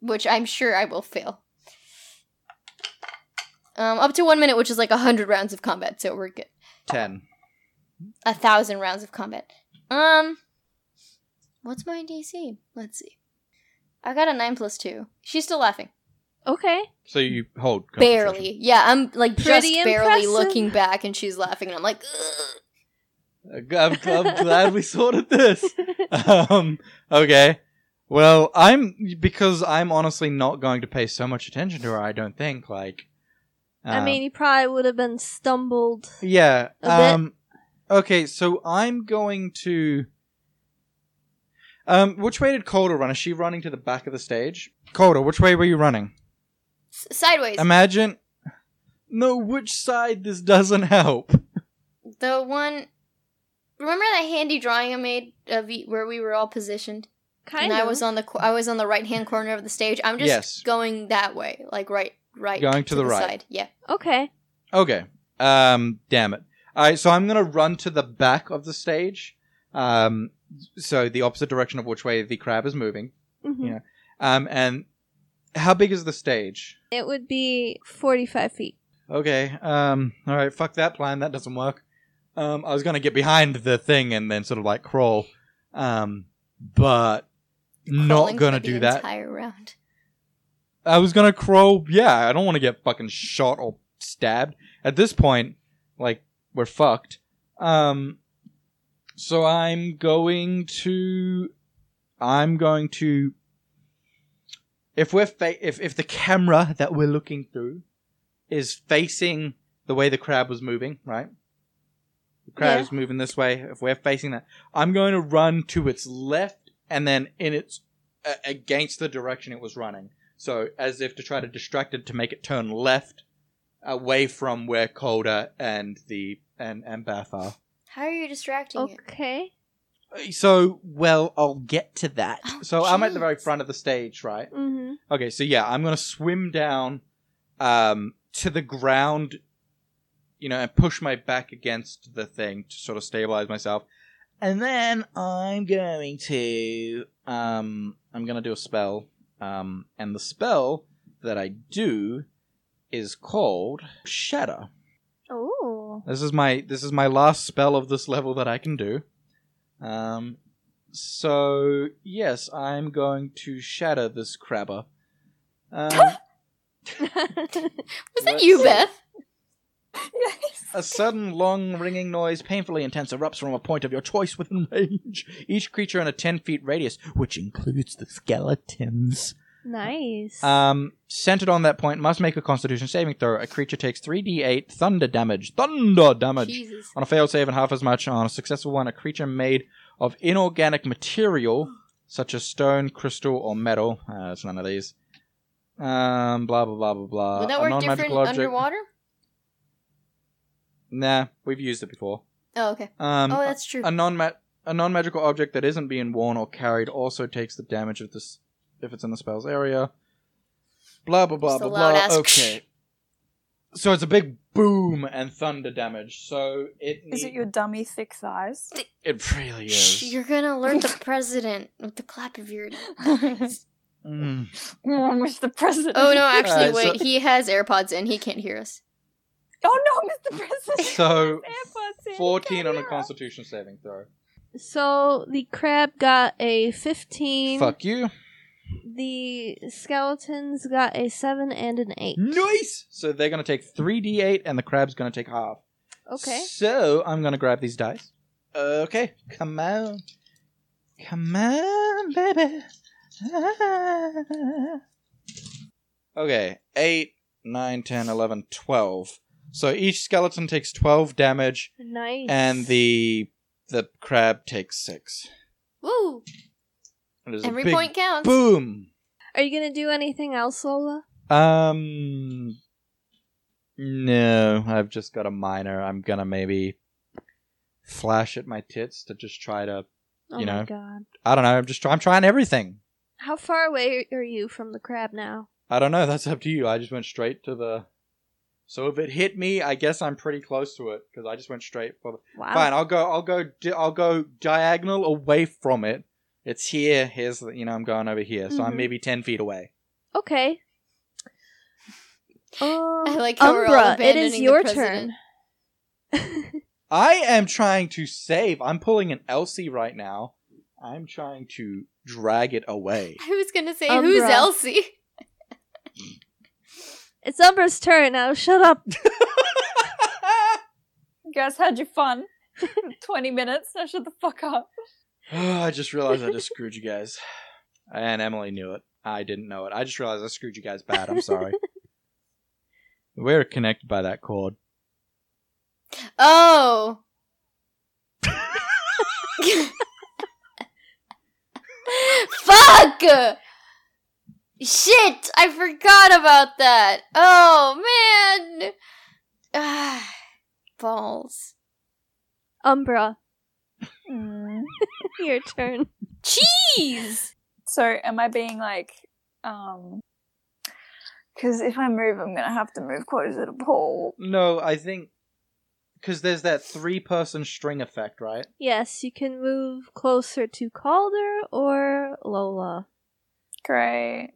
which I'm sure I will fail. Um up to 1 minute, which is like 100 rounds of combat, so we're good.
Ten.
a thousand rounds of combat. Um, what's my DC? Let's see. I got a nine plus two. She's still laughing.
Okay.
So you hold concentration.
Barely. Yeah, I'm like
Pretty
just barely
impressive.
looking back, and she's laughing, and I'm like, "Ugh."
Uh, I'm, I'm glad we sorted this. Um, okay. Well, I'm because I'm honestly not going to pay so much attention to her. I don't think. Like,
I
uh,
mean, you probably would have been stumbled.
yeah.
a bit.
Um, okay. So I'm going to. Um, which way did Calder run? Is she running to the back of the stage? Calder, which way were you running?
S- sideways.
Imagine. No, which side? This doesn't help.
the one. Remember that handy drawing I made of e- where we were all positioned,
Kind
and
of.
I was on the co- I was on the right hand corner of the stage. I'm just
Yes.
going that way, like right, right,
Going to the right.
side. Yeah.
okay.
Okay. Um. Damn it. All right. So I'm gonna run to the back of the stage. Um. So the opposite direction of which way the crab is moving.
hmm
Yeah. Um. And how big is the stage?
It would be 45 feet.
Okay. Um. All right. Fuck that plan. That doesn't work. Um. I was gonna get behind the thing and then sort of like crawl. Um. But
Crawling
not
for
gonna
the
do that.
Entire round.
I was gonna crow. Yeah, I don't want to get fucking shot or stabbed. At this point, like we're fucked. Um, so I'm going to, I'm going to. If we're fa- if if the camera that we're looking through is facing the way the crab was moving, right? The crab
Yeah.
is moving this way. If we're facing that, I'm going to run to its left and then in its uh, against the direction it was running. So, as if to try to distract it to make it turn left away from where Calder and the and, and Bath are.
How are you distracting
Oh,
it?
Okay.
So, well, I'll get to that.
Oh,
so, I'm at the very
jeez.
front of the stage, right?
hmm
Okay, so yeah, I'm going to swim down um, to the ground, you know, and push my back against the thing to sort of stabilize myself. And then I'm going to um I'm going to do a spell. Um and the spell that I do is called Shatter.
Oh.
This is my this is my last spell of this level that I can do. Um so yes, I'm going to shatter this crabber. Um,
Was that you,
Let's-
Beth?
A sudden, long, ringing noise, painfully intense, erupts from a point of your choice within range. Each creature in a 10 feet radius, which includes the skeletons.
nice.
Um, centered on that point, must make a constitution saving throw. A creature takes 3d8 thunder damage. Thunder damage!
Jesus.
On a failed save and half as much on a successful one, a creature made of inorganic material, such as stone, crystal, or metal. Uh, it's none of these. Um, blah, blah, blah, blah, blah.
Would that
A
work
non-magical
different
object-
underwater?
Nah, we've used it before.
Oh, okay.
Um,
oh, that's true.
a non a non magical object that isn't being worn or carried also takes the damage of this if it's in the spell's area. Blah blah blah
Just a
blah blah.
loud-ass
Okay. So it's a big boom and thunder damage. So it
Is it
need-
your dummy thick thighs?
It really
Shh,
is.
You're gonna alert the president with the clap of your.
Mm.
One with the president.
Oh no! Actually,
Uh, so-
wait. He has AirPods in. He can't hear us.
Oh no, Mr. President.
So
AirPods in,
fourteen on a
camera.
Constitution saving throw.
so the crab got a 15.
Fuck you.
The skeletons got a 7 and an 8.
Nice. So they're gonna take three d eight, and the crab's gonna take half.
Okay.
So I'm gonna grab these dice. Okay, come on, come on, baby. Ah. Okay, eight, nine, ten, eleven, twelve. So each skeleton takes twelve damage,
Nice.
and the the crab takes six.
Woo!
It is a
Every
big
point counts.
Boom.
Are you going to do anything else, Lola?
Um. No, I've just got a minor. I'm gonna maybe flash at my tits to just try to
Oh
You
my
know.
god.
I don't know. I'm just try- I'm trying everything.
How far away are you from the crab now?
I don't know. That's up to you. I just went straight to the. So if it hit me, I guess I'm pretty close to it because I just went straight for. The...
Wow.
Fine, I'll go. I'll go. di- I'll go diagonal away from it. It's here. Here's the, you know I'm going over here, so I'm
Mhm.
maybe ten feet away.
Okay. Um,
I like how we're all
Umbra, it is
abandoning the
your
president.
turn.
I am trying to save. I'm pulling an Elsie right now. I'm trying to drag it away.
I was gonna say,
Umbra.
who's Elsie?
It's Umbra's turn now. Shut up.
You guys had your fun. 20 minutes. Now shut the fuck up.
I just realized I just screwed you guys. And Emily knew it. I didn't know it. I just realized I screwed you guys bad. I'm sorry. We're connected by that cord.
Oh. Fuck! Shit! I forgot about that. Oh man. Ah, balls.
Umbra,
Mm.
your turn.
Jeez.
So am I being like, um, because if I move, I'm gonna have to move closer to Paul.
No, I think because there's that three-person string effect, right?
Yes, you can move closer to Calder or Lola.
Great.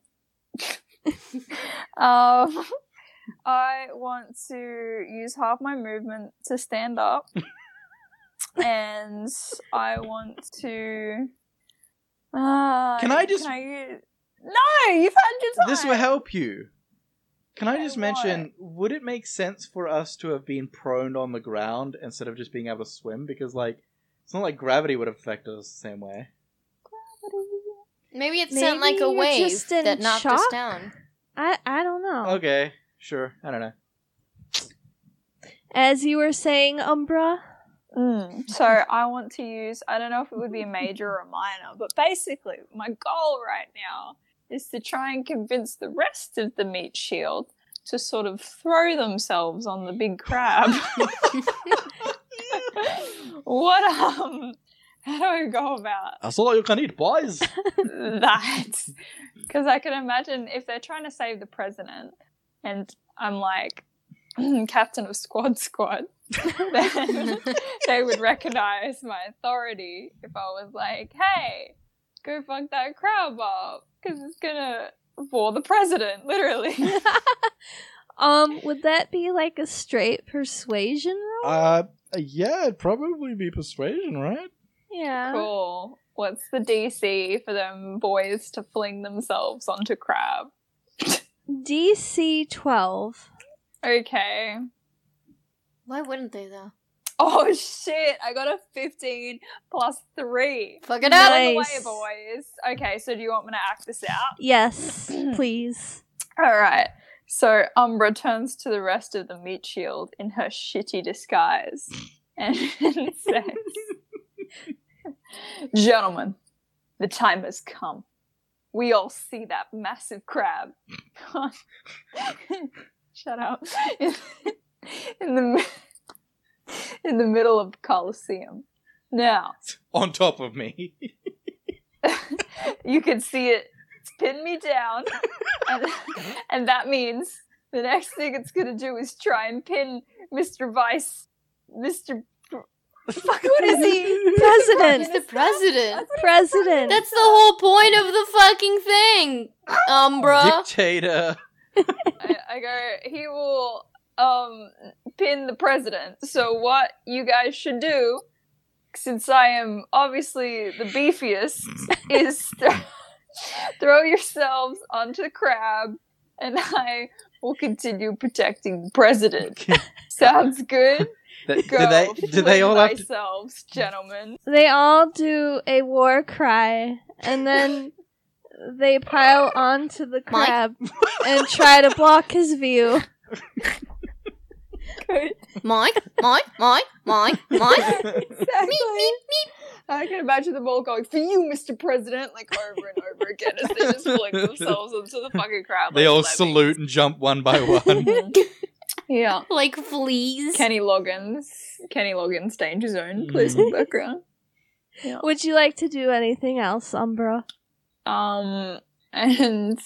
um, I want to use half my movement to stand up, and I want to. Uh,
Can I just-
Can I use... No, you've had your time.
This will help you. Can I
Okay,
just mention, would it make sense for us to have been prone on the ground instead of just being able to swim? Because, like, it's not like gravity would affect us the same way.
Maybe it sounded
Maybe
like a
you're
wave
just in
that knocked us
shock?
down.
I I don't know.
Okay, sure. I don't know.
As you were saying, Umbra,
Mm. So I want to use, I don't know if it would be a major or a minor, but basically, my goal right now is to try and convince the rest of the meat shield to sort of throw themselves on the big crab. what, um, how do I go about
That's all you can eat, boys!
that because I can imagine if they're trying to save the president and I'm like "Hmm, captain of squad squad, then they would recognize my authority if I was like, hey, go fuck that crab up because it's gonna bore the president, literally.
um, would that be like a straight persuasion roll?
Uh, yeah, it'd probably be persuasion, right?
yeah.
cool. What's the DC for them boys to fling themselves onto crab?
DC twelve.
Okay.
Why wouldn't they though?
Oh shit! I got a fifteen plus three.
Fuck it
Out
up.
of the
Nice.
way, boys. Okay, so do you want me to act this out?
Yes, please.
All right. So Umbra turns to the rest of the meat shield in her shitty disguise and says, "Gentlemen, the time has come. We all see that massive crab." Shut up. in the mi- in the middle of the Colosseum. Now,
On top of me.
you can see it pin me down, and, and that means the next thing it's gonna do is try and pin Mr. Vice, Mr. Fuck, what is he?
President.
He's the president.
President.
That's the whole point of the fucking thing, Umbra.
Dictator.
I, I go. He will um pin the president. So what you guys should do, since I am obviously the beefiest, is th- throw yourselves onto the crab, and I will continue protecting the president. Sounds good.
Th- do
Go.
they, do they
with
all have to,
thyselves, gentlemen?
They all do a war cry and then they pile onto the
Mike?
crab and try to block his view.
Good.
Mine, mine, mine, mine, mine.
Exactly. I can imagine them all going for you, Mr. President, like over and over again as they just fling themselves into the fucking crowd.
they
like
all
lemmings.
salute and jump one by one.
yeah.
like fleas.
Kenny Loggins. Kenny Loggins Danger Zone
Mm-hmm.
plays in the background.
Would you like to do anything else, Umbra?
Um and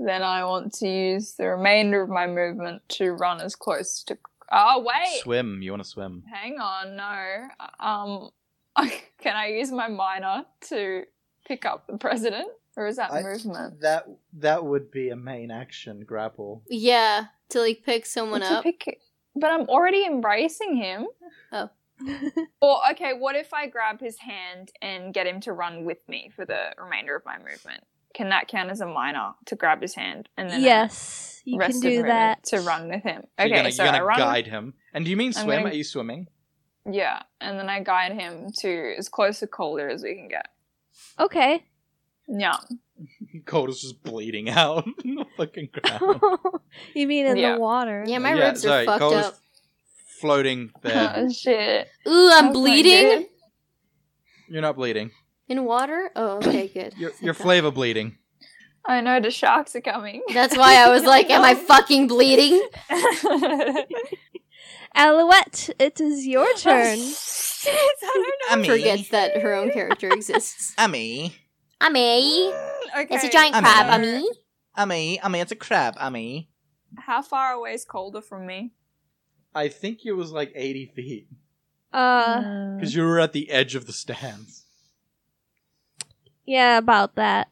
Then I want to use the remainder of my movement to run as close to. Oh wait,
Swim. You want to swim?
hang on, no. Um, can I use my minor to pick up the president, or is that
I-
movement?
That that would be a main action grapple.
Yeah, to like pick someone
To
up.
pick- but I'm already embracing him.
Oh.
or okay, what if I grab his hand and get him to run with me for the remainder of my movement? Can that count as a minor to grab his hand and then I
yes, you
rest
can
of
do
movement
that
to run with him?
So
Okay,
you're gonna,
so
you're
I
gonna
run.
guide him. And do you mean
I'm
swim?
gonna-
Are you swimming?
Yeah, and then I guide him to as close to Calder as we can get.
Okay.
Yeah,
Cold is just bleeding out in the fucking ground.
you mean in
Yeah.
the water?
Yeah, my
Yeah,
ribs are
sorry,
fucked
Cole is
up.
floating there.
Oh, shit.
Ooh,
Oh
I'm
my
bleeding
God.
you're not bleeding.
in water. Oh, okay, good.
You're, you're flavor bleeding.
I know the sharks are coming.
That's why I was like, "Am I fucking bleeding?"
Alouette, it is your turn.
Shit, I don't know.
Forgets that her own character exists.
Ummy.
I'm a.
Okay.
It's a giant
I'm
crab.
a-
I'm a.
Ummy. Ummy, it's a crab. Ummy.
How far away is Calder from me?
I think it was like 80 feet.
Mm.
Uh,
Because you were at the edge of the stands.
yeah, about that.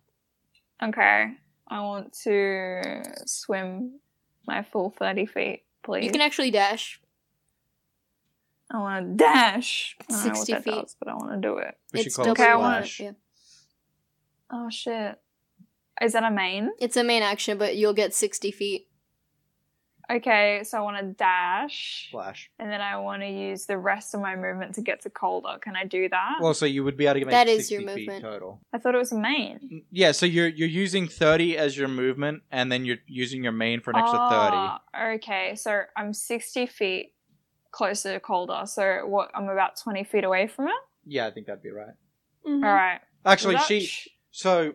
Mm. okay. I want to swim my full 30 feet, please.
You can actually dash.
I want to dash. I don't know what
60
that
feet.
does, but I want to do it.
We should
it's
call it
double your-
Okay, I wanna-
splash.
yeah.
Oh, shit. Is that a main?
It's a main action, but you'll get sixty feet.
Okay, so I want to dash.
Splash.
And then I want to use the rest of my movement to get to Calder. Can I do that?
Well, so you would be able to make
That is
60
your
feet
movement.
total. Mm,
I thought it was a main.
Yeah, so you're you're using 30 as your movement, and then you're using your main for an extra 30.
Ah, Okay, so I'm 60 feet closer to Calder. So what? I'm about 20 feet away from it.
Yeah, I think that'd be right.
Mm-hmm.
Mhm.
All right.
Actually,
Well,
she.
that sh-
So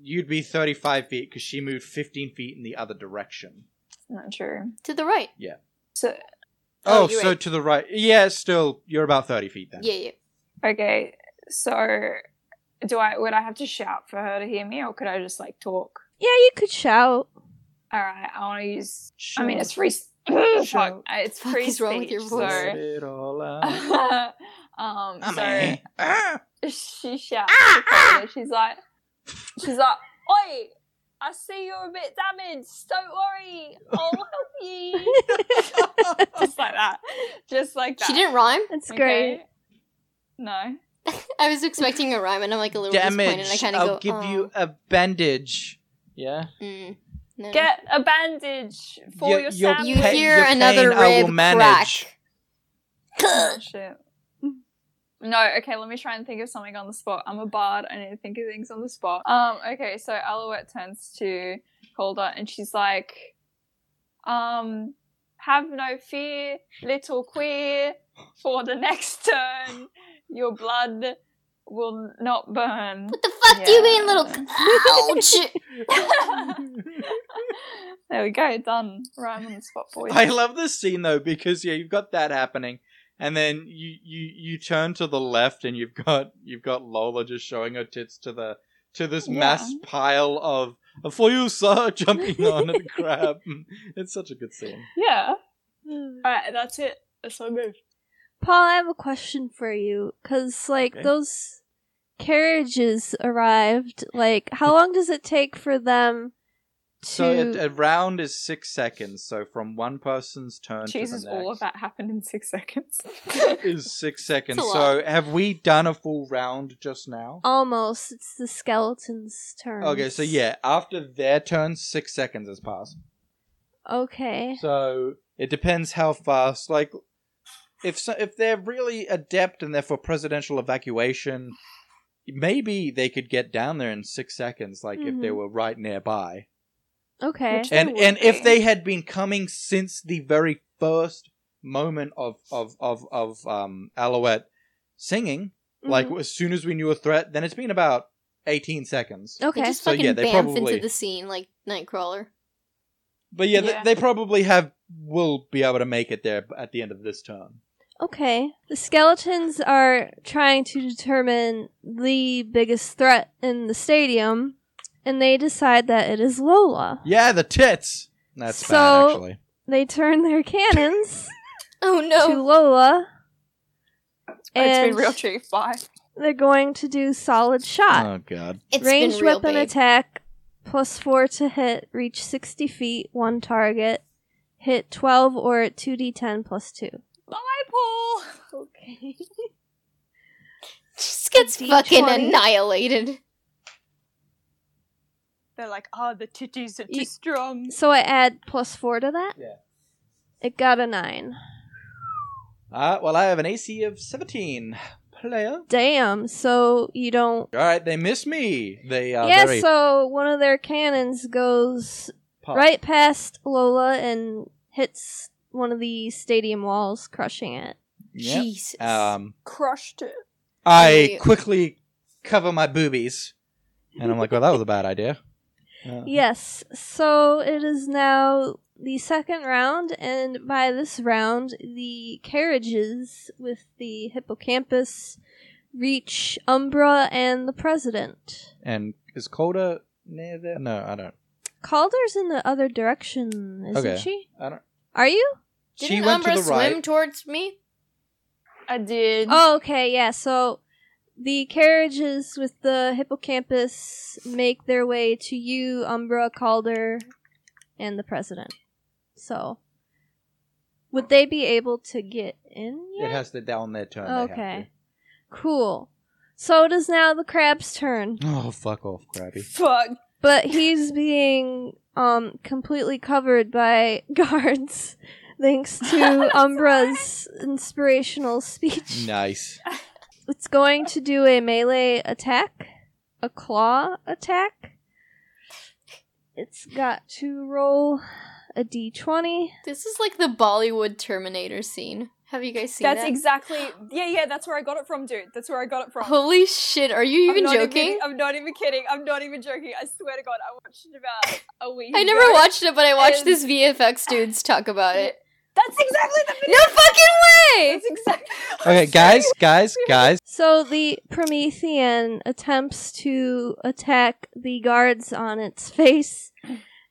you'd be 35 feet because she moved 15 feet in the other direction.
Not true.
To the right.
So
Oh,
Oh,
you're
so
right.
to the right. Yeah, still, you're about 30 feet then.
Yeah, yeah.
okay, so do I? Would I have to shout for her to hear me, or could I just like talk?
Yeah, you could shout.
All right, I want to use.
Sure.
I mean, it's free. s-
Shout.
Fuck, I- it's
Fuck
free
is wrong with
speech.
your
Let
So,
it all out.
um,
I'm
so
a- Ah!
she shouts. to Calder, She's like, she's like, oi. I see you're a bit damaged. Don't worry, I'll help you. just like that, just like that.
She didn't rhyme.
That's
Okay.
great.
No.
I was expecting a rhyme, and I'm like a little disappointed. And I
Damage.
kind of
I'll
go.
give
"Oh,
you a bandage. Yeah.
mm, no."
Get a bandage for
Your-
your
your
sandwich.
you
Pe-
hear
your
another
pain I will
rib
manage.
crack.
Oh, shit. No, okay, let me try and think of something on the spot. I'm a bard, I need to think of things on the spot. Um, okay, so Alouette turns to Calder and she's like, um, have no fear, little queer, for the next turn, your blood will not burn.
What the fuck do you mean,
Yeah.
little? Ouch!
there we go, done. Rhyme on the spot, boys.
I love this scene though because yeah, you've got that happening, and then you you you turn to the left and you've got you've got Lola just showing her tits to the to this
Yeah.
mass pile of for you sir jumping on the crab. It's such a good scene.
Yeah. Alright, that's it. That's my move.
Paul, I have a question for you. Because, like,
Okay.
those carriages arrived. Like,
Mm.
how long does it take for them to.
So it, uh, a round is six seconds. So from one person's turn
Jesus,
to the next
all of that happened in six seconds.
is six seconds.
It's a
So have we done a full round just now?
Um,
Almost. It's the skeleton's turn.
Okay, so yeah, after their turn, six seconds has passed.
Okay.
So it depends how fast. Like, if so, if they're really adept and they're for presidential evacuation, maybe they could get down there in six seconds. Like if they
Mm-hmm.
Mhm.
were right nearby,
Okay.
Which- They
and
would
and if
be.
they had been coming since the very first moment of of of of um Alouette singing, like
Mhm.
as soon as we knew a threat, then it's been about eighteen seconds.
They
Mm-hmm. Okay.
just
So,
fucking
yeah, they
bamf
probably-
into the scene like Nightcrawler.
But yeah,
Yeah.
They, they probably have will be able to make it there at the end of this turn.
Okay. The skeletons are trying to determine the biggest threat in the stadium, and they decide that it is Lola.
Yeah, the tits. That's bad,
So-
actually.
They turn their cannons
Oh
to Lola.
It's
And
been real chief. Bye.
they're going to do solid shot.
Oh god.
It's
Ranged
been real
weapon
big.
attack, plus four to hit, reach 60 feet, one target, hit 12 or 2d10 plus 2.
Bye, Paul.
Okay.
Just gets
D20.
fucking annihilated.
They're like, oh, the titties are
too Ye-
strong.
So I add plus 4 to that?
Yeah.
It got a 9.
Uh, well, I have an AC of 17. Player.
Damn, so you don't.
All right, they miss me. They are
yeah,
very Oh.
so one of their cannons goes
pop.
right past Lola and hits one of the stadium walls, crushing it.
Yep.
Jesus.
Um,
Crushed it.
I
Hey.
quickly cover my boobies, and I'm like, "Well, that was a bad idea." Uh,
Yes, so it is now the second round, and by this round, the carriages with the hippocampus reach Umbra and the president.
And is Coda near there? No, I don't.
Calder's in the other direction, isn't
Okay.
she?
I don't.
Are you?
Didn't
she went
Umbra
to the
swim
right.
towards me?
I did.
Oh, okay, yeah. So the carriages with the hippocampus make their way to you, Umbra, Calder, and the president. So would they be able to get in
It
yet?
has to down their turn. they have
Okay. Cool. So it is now the crab's turn,
to. Oh, fuck off, Krabby.
Fuck.
but he's being um completely covered by guards thanks to Umbra's inspirational speech.
Nice.
It's going to do a melee attack, a claw attack. It's got to roll a d20.
This is like the Bollywood Terminator scene. Have you guys seen
That's
that?
exactly. Yeah, yeah. That's where I got it from, dude. That's where I got it from.
Holy shit, are you
I'm
even
not
joking?
Oh, even- I'm not even kidding. I'm not even joking. I swear to God, I watched it about a week.
I never
ago.
watched it, but I watched
And-
this VFX dudes talk about it.
That's exactly the video.
No fucking way!
That's exactly.
Okay, guys, guys, guys.
So the Promethean attempts to attack the guards on its face.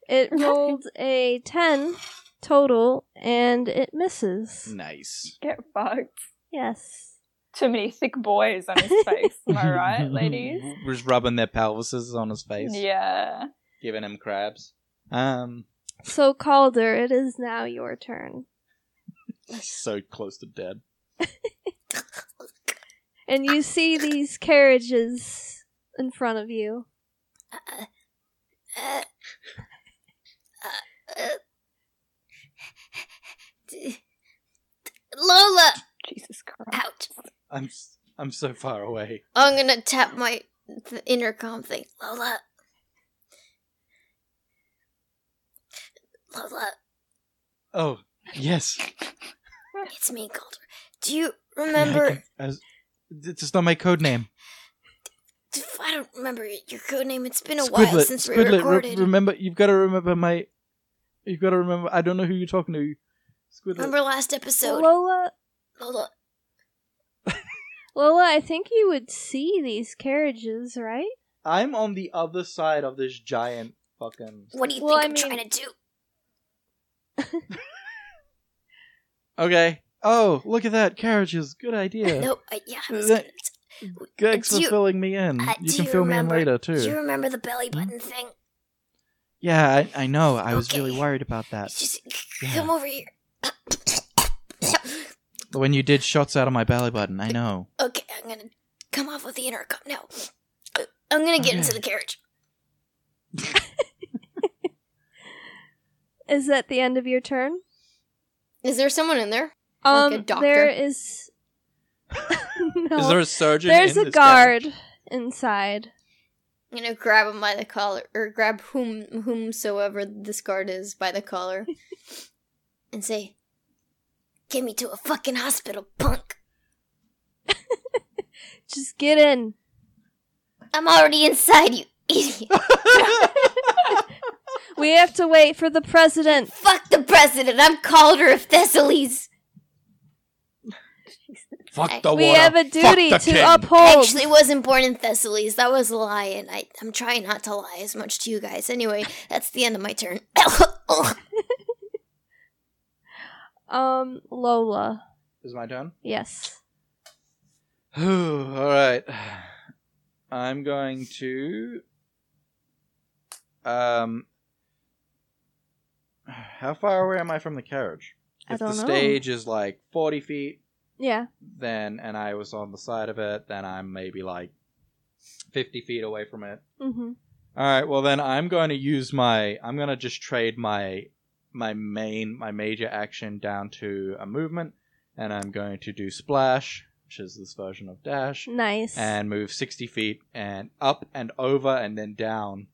It rolled a 10 total and it
Hmm.
misses.
Nice.
Get fucked.
Yes.
Too many thick boys on his face. Am I right, ladies?
Just rubbing their pelvises on his face,
Yeah.
giving him crabs. Um,
So Calder, it is now your turn.
so close to dead.
And you see these carriages in front of you.
Uh, uh, uh, Lola,
Jesus Christ.
out.
I'm s- I'm so far away.
I'm gonna tap my the intercom thing. Lola. Lola,
Oh yes.
it's me, Calder. Do you
Yeah, I
remember?
can- I was- it's just not my code name.
I don't remember your code name. It's been a while
Squidlet,
since we
Squidlet, re-
recorded.
remember, you've got to remember my. You've got to remember. I don't know who you're talking to. Squidlet.
remember last episode?
Lola,
Lola,
Lola, I think you would see these carriages, right?
I'm on the other side of this giant fucking.
what do you
Well, I
think I am
mean-
trying to do?
Okay. Oh, look at that carriages. Good idea.
No, I, yeah, I was
That-
gonna
Thanks
do
for
you-
filling me in.
uh,
you
do
can
you
fill me
remember-
in later
Do you
too.
remember the belly
Hmm?
button thing?
Yeah, I, I know. I was
Okay.
really worried about that
Just c- c-
Yeah.
come over here.
when you did shots out of my belly button. I know.
okay, I'm gonna come off with the intercom now. I'm gonna get into
Okay.
the carriage.
Is that the end of your turn?
Is there someone in there?
Um,
Like a doctor?
there is. no,
a surgeon?
there's a guard inside.
I'm gonna grab him by the collar, or grab whom whomsoever this guard is by the collar, and say, "Get me to a fucking hospital, punk!
Just get in.
I'm already inside you, idiot!
We have to wait for the president.
Fuck the president! I'm Calder of Thessaly's."
Fuck the
we
water.
have a
Fuck
duty
the
to
king.
I
uphold.
actually wasn't born in Thessaly's. That was a lie, and I, I'm trying not to lie as much to you guys. Anyway, that's the end of my turn.
um, Lola.
Is my turn?
Yes.
All right. I'm going to. Um. How far away am I from the carriage?
I
if
don't
the
know.
stage is like 40 feet,
Yeah.
then and I was on the side of it, then I'm maybe like 50 feet away from it.
Mm-hmm.
All right. Well, then I'm going to use my. I'm going to just trade my my main my major action down to a movement, and I'm going to do splash, which is this version of dash,
Nice.
and move 60 feet and up and over and then down.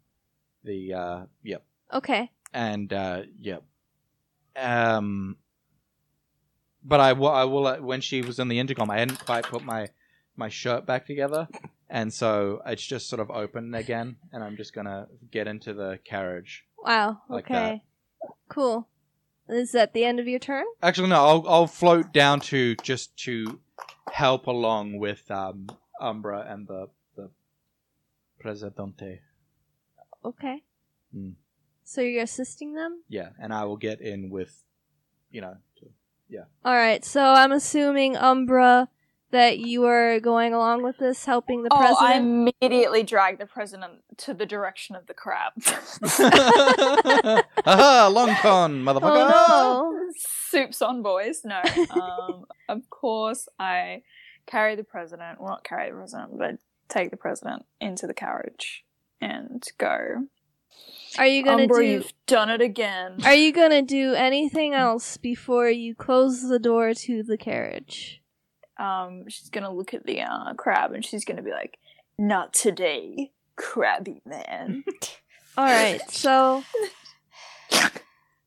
The uh, yep
okay.
and uh, yep. Um, but I will. I will. Uh, when she was in the intercom, I hadn't quite put my my shirt back together, and so it's just sort of open again, and I'm just gonna get into the carriage.
Wow.
Like
okay. Cool. Is that the end of your turn?
Actually, no. I'll I'll float down to just to help along with um Umbra and the the Presidente.
Okay.
Hmm.
So you're assisting them?
Yeah, and I will get in with, you know. to-
All right. So I'm assuming Umbra that you are going along with this, helping the
Oh, I
president.
immediately drag the president to the direction of the crab.
Aha, long con, motherfucker.
oh
Soups on, boys. No. Um, of course, I carry the president. Well, not carry the president, but take the president into the carriage and go.
no! Are you gonna
Umbra,
do?
you've done it again.
Are you gonna do anything else before you close the door to the carriage?
um, she's gonna look at the uh, crab and she's gonna be like, "Not today, crabby man."
All right. So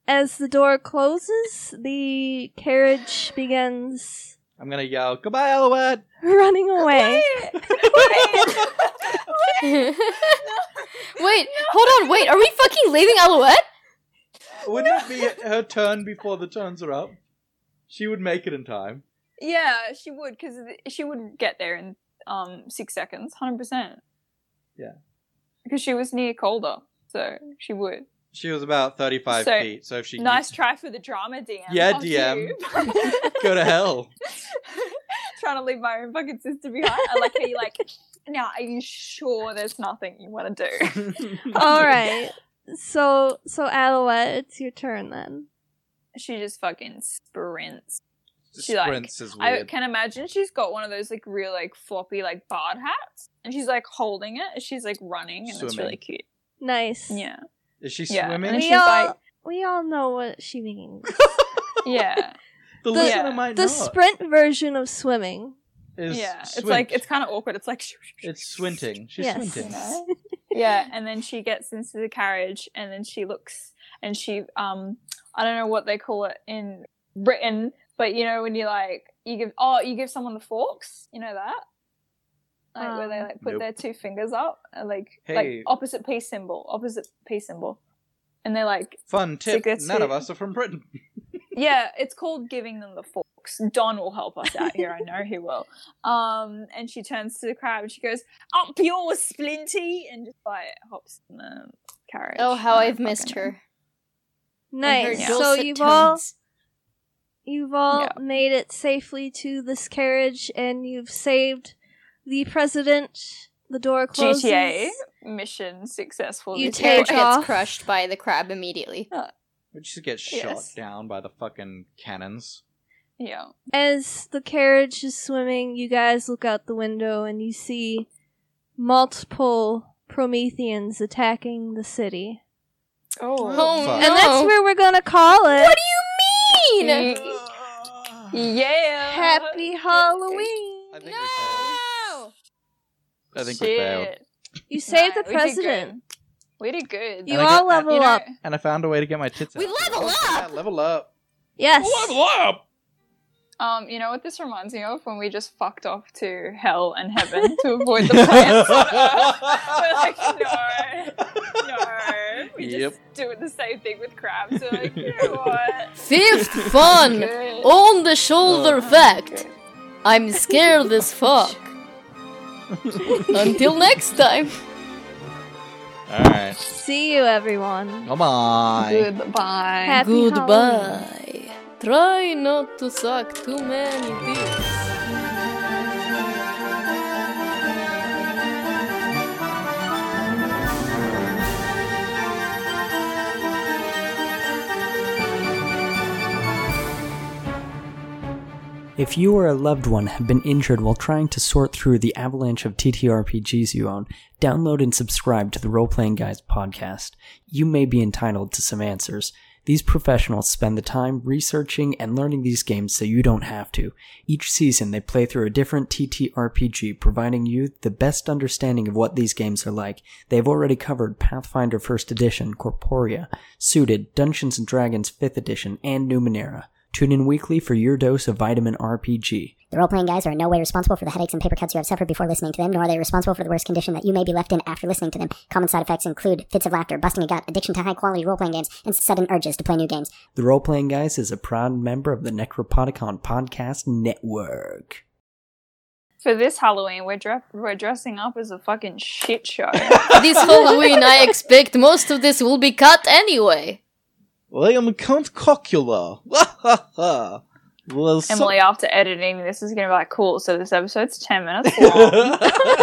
as the door closes, the carriage begins
I'm gonna yell, "Goodbye, Alouette!"
running away.
wait, hold on, wait. Are we fucking leaving Alouette?
Wouldn't it be her turn before the turns are up? She would make it in time.
yeah, she would, because she would get there in um six seconds, hundred percent.
Yeah.
because she was near Calder, so she would.
She was about 35
So,
feet, so if she
Nice try for the drama, DM.
Yeah,
Fuck
DM.
you.
go to hell.
Trying to leave my own fucking sister behind. I like how you like. Now, are you sure there's nothing you want to do?
All right. So so Alouette, it's your turn then.
She just fucking sprints She, like,
Sprints is
I
weird.
can imagine she's got one of those like real like floppy like bard hats, and she's like holding it. and She's like running, and it's
Swimming.
really cute.
Nice.
Yeah,
Is she
yeah.
swimming?
And
We
she's
all
like,
we all know what she means.
yeah,
the-
the listener
yeah.
might
the
not.
sprint version of swimming.
is
yeah. It's
swint.
like it's kind of awkward. It's like
It's swinting. She's
Yes.
you
swinting.
know? yeah, and then she gets into the carriage, and then she looks, and she um, I don't know what they call it in Britain, but you know when you like you give oh you give someone the forks, you know that. Like where they
Um,
like put
Nope.
their two fingers up, and, like
Hey.
like opposite peace symbol, opposite peace symbol, and they're like
Fun tip.
Secrets
None
to-
of us are from Britain.
yeah, it's called giving them the forks. Don will help us out here. I know he will. Um, and she turns to the crowd and she goes, "Up yours, Splinty!" and just like hops in the carriage.
Oh, how
And I
I've missed
fucking-
her.
Nice.
Yeah.
So you've all You've all
Yeah.
made it safely to this carriage and you've saved the president. The door closes.
GTA mission successful.
You
this
take
year.
Carriage
off.
gets crushed by the crab immediately.
We just get shot
Yes.
down by the fucking cannons.
Yeah,
As the carriage is swimming, you guys look out the window and you see multiple Prometheans attacking the city.
Oh,
Fuck.
And that's where we're gonna call it.
What do you mean?
Mm. yeah.
Happy
I
Halloween!
think we
No!
failed. I think
Shit.
we failed.
You saved
Nah,
the
we did good.
president.
We did good.
You
I got
all
that.
level
You know-
up.
And I found a way to get my tits
We
out.
level
Oh, yeah,
up!
level up!
Yes.
up!
Um, you know what this reminds me of? When we just fucked off to hell and heaven to avoid the plants on Earth. We're like, no, no. We
Yep.
just do the same thing with crabs. We're like, you know what?
Fifth fun!
Good.
On the shoulder
Oh.
fact! I'm scared as fuck. Until next time.
All right.
See you, everyone.
Come on.
Goodbye.
Happy Halloween.
Goodbye. Try not to suck too many dicks.
If you or a loved one have been injured while trying to sort through the avalanche of TTRPGs you own, download and subscribe to the Role Playing Guys podcast. You may be entitled to some answers. These professionals spend the time researching and learning these games so you don't have to. Each season, they play through a different TTRPG, providing you the best understanding of what these games are like. They've already covered Pathfinder 1st Edition, Corporea, Suited, Dungeons & Dragons 5th Edition, and Numenera. Tune in weekly for your dose of vitamin RPG.
The role playing guys are in no way responsible for the headaches and paper cuts you have suffered before listening to them, nor are they responsible for the worse condition that you may be left in after listening to them. Common side effects include fits of laughter, busting a gut, addiction to high quality role playing games, and sudden urges to play new games.
The Role Playing Guys is a proud member of the Necropodicon Podcast Network.
For this Halloween, we're dre- we're dressing up as a fucking shit show.
This Halloween, I expect most of this will be cut anyway.
William Count Cocula. well, so-
Emily, after editing, this is gonna be like cool. So this episode's ten minutes long.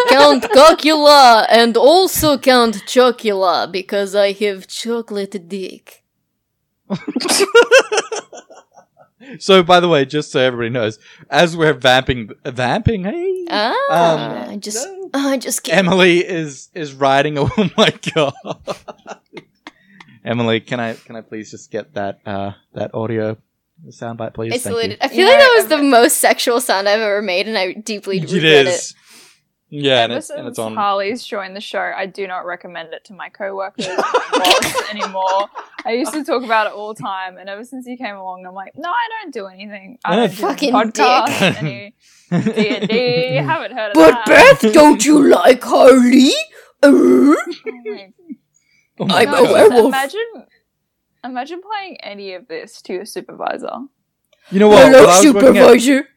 Count Cocula and also Count Chocula because I have chocolate dick.
so, by the way, just so everybody knows, as we're vamping, vamping, hey,
Ah, I just,
no.
I just can't.
Emily is is riding. a- Oh my god, Emily, can I can I please just get that uh that audio soundbite, please? Thank you.
isolated. I feel
You know,
like that was the
ever-
most sexual sound I've ever made, and I deeply
It
regret
is. Yeah, and
Ever
it's, and
since
it's on.
Harley's joined the show, I do not recommend it to my coworkers or boss anymore. I used to talk about it all the time, and ever since you came along, I'm like, no, I don't do anything. I
I'm a
don't do
fucking
podcasts, any D and D. Oh Haven't heard of
But
that.
Beth, don't you like Harley? Uh,
Oh my
Oh my
I'm
God.
a
God.
werewolf.
Imagine, imagine playing any of this to your supervisor.
You know what?
hello,
When I was working at-
supervisor.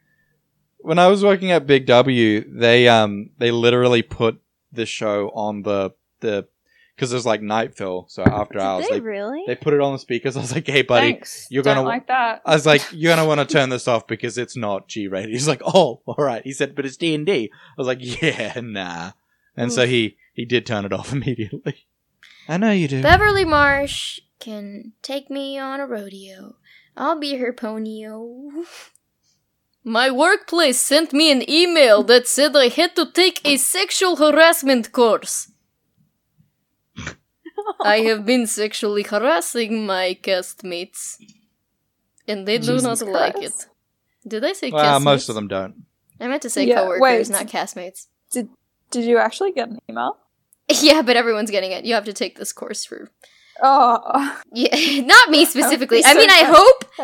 when I was working at Big W, they um they literally put the show on the the because it was like night fill, so after hours
Did
they
they really?
they put it on the speakers. I was like, hey buddy,
Thanks.
you're
Don't
gonna- Uh,
like that.
I was like, you're gonna want to turn this off because it's not G rated. He's like, oh, all right. He said, but it's D and D. I was like, yeah, nah. And so he he did turn it off immediately. I know you do.
Beverly Marsh can take me on a rodeo. I'll be her ponyo. My workplace sent me an email that said I had to take a sexual harassment course. I have been sexually harassing my castmates, and they do
Jesus
not like it.
Christ.
Did I say
well,
castmates?
most of them don't.
I meant to say
Yeah, wait.
coworkers, not castmates.
Did you actually get an email?
Yeah, but everyone's getting it. You have to take this course for
Oh,
Yeah, not me specifically.
be
I
so
mean, I
fun- that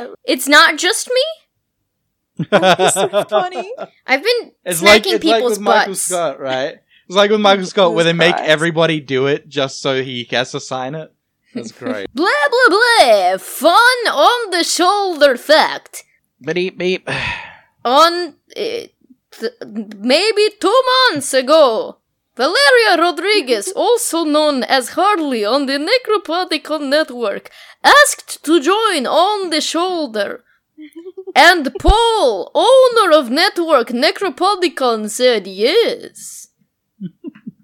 hope
would-
it's not just me.
that's so funny.
I've been
It's like
smacking
it's like
people's
with Michael
butts.
Scott, right? It's like with Michael Scott, where they
Jesus
make
Christ.
everybody do it just so he has to sign it. That's great.
Blah blah blah. Fun on the shoulder fact.
beep beep.
On uh, th- maybe two months ago, Valeria Rodriguez, also known as Harley on the Necropodicon Network, asked to join on the shoulder. And Paul, owner of network Necropodicon, said yes.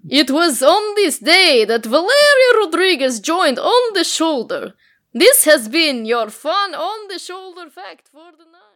It was on this day that Valeria Rodriguez joined on the shoulder. This has been your fun on the shoulder fact for the night.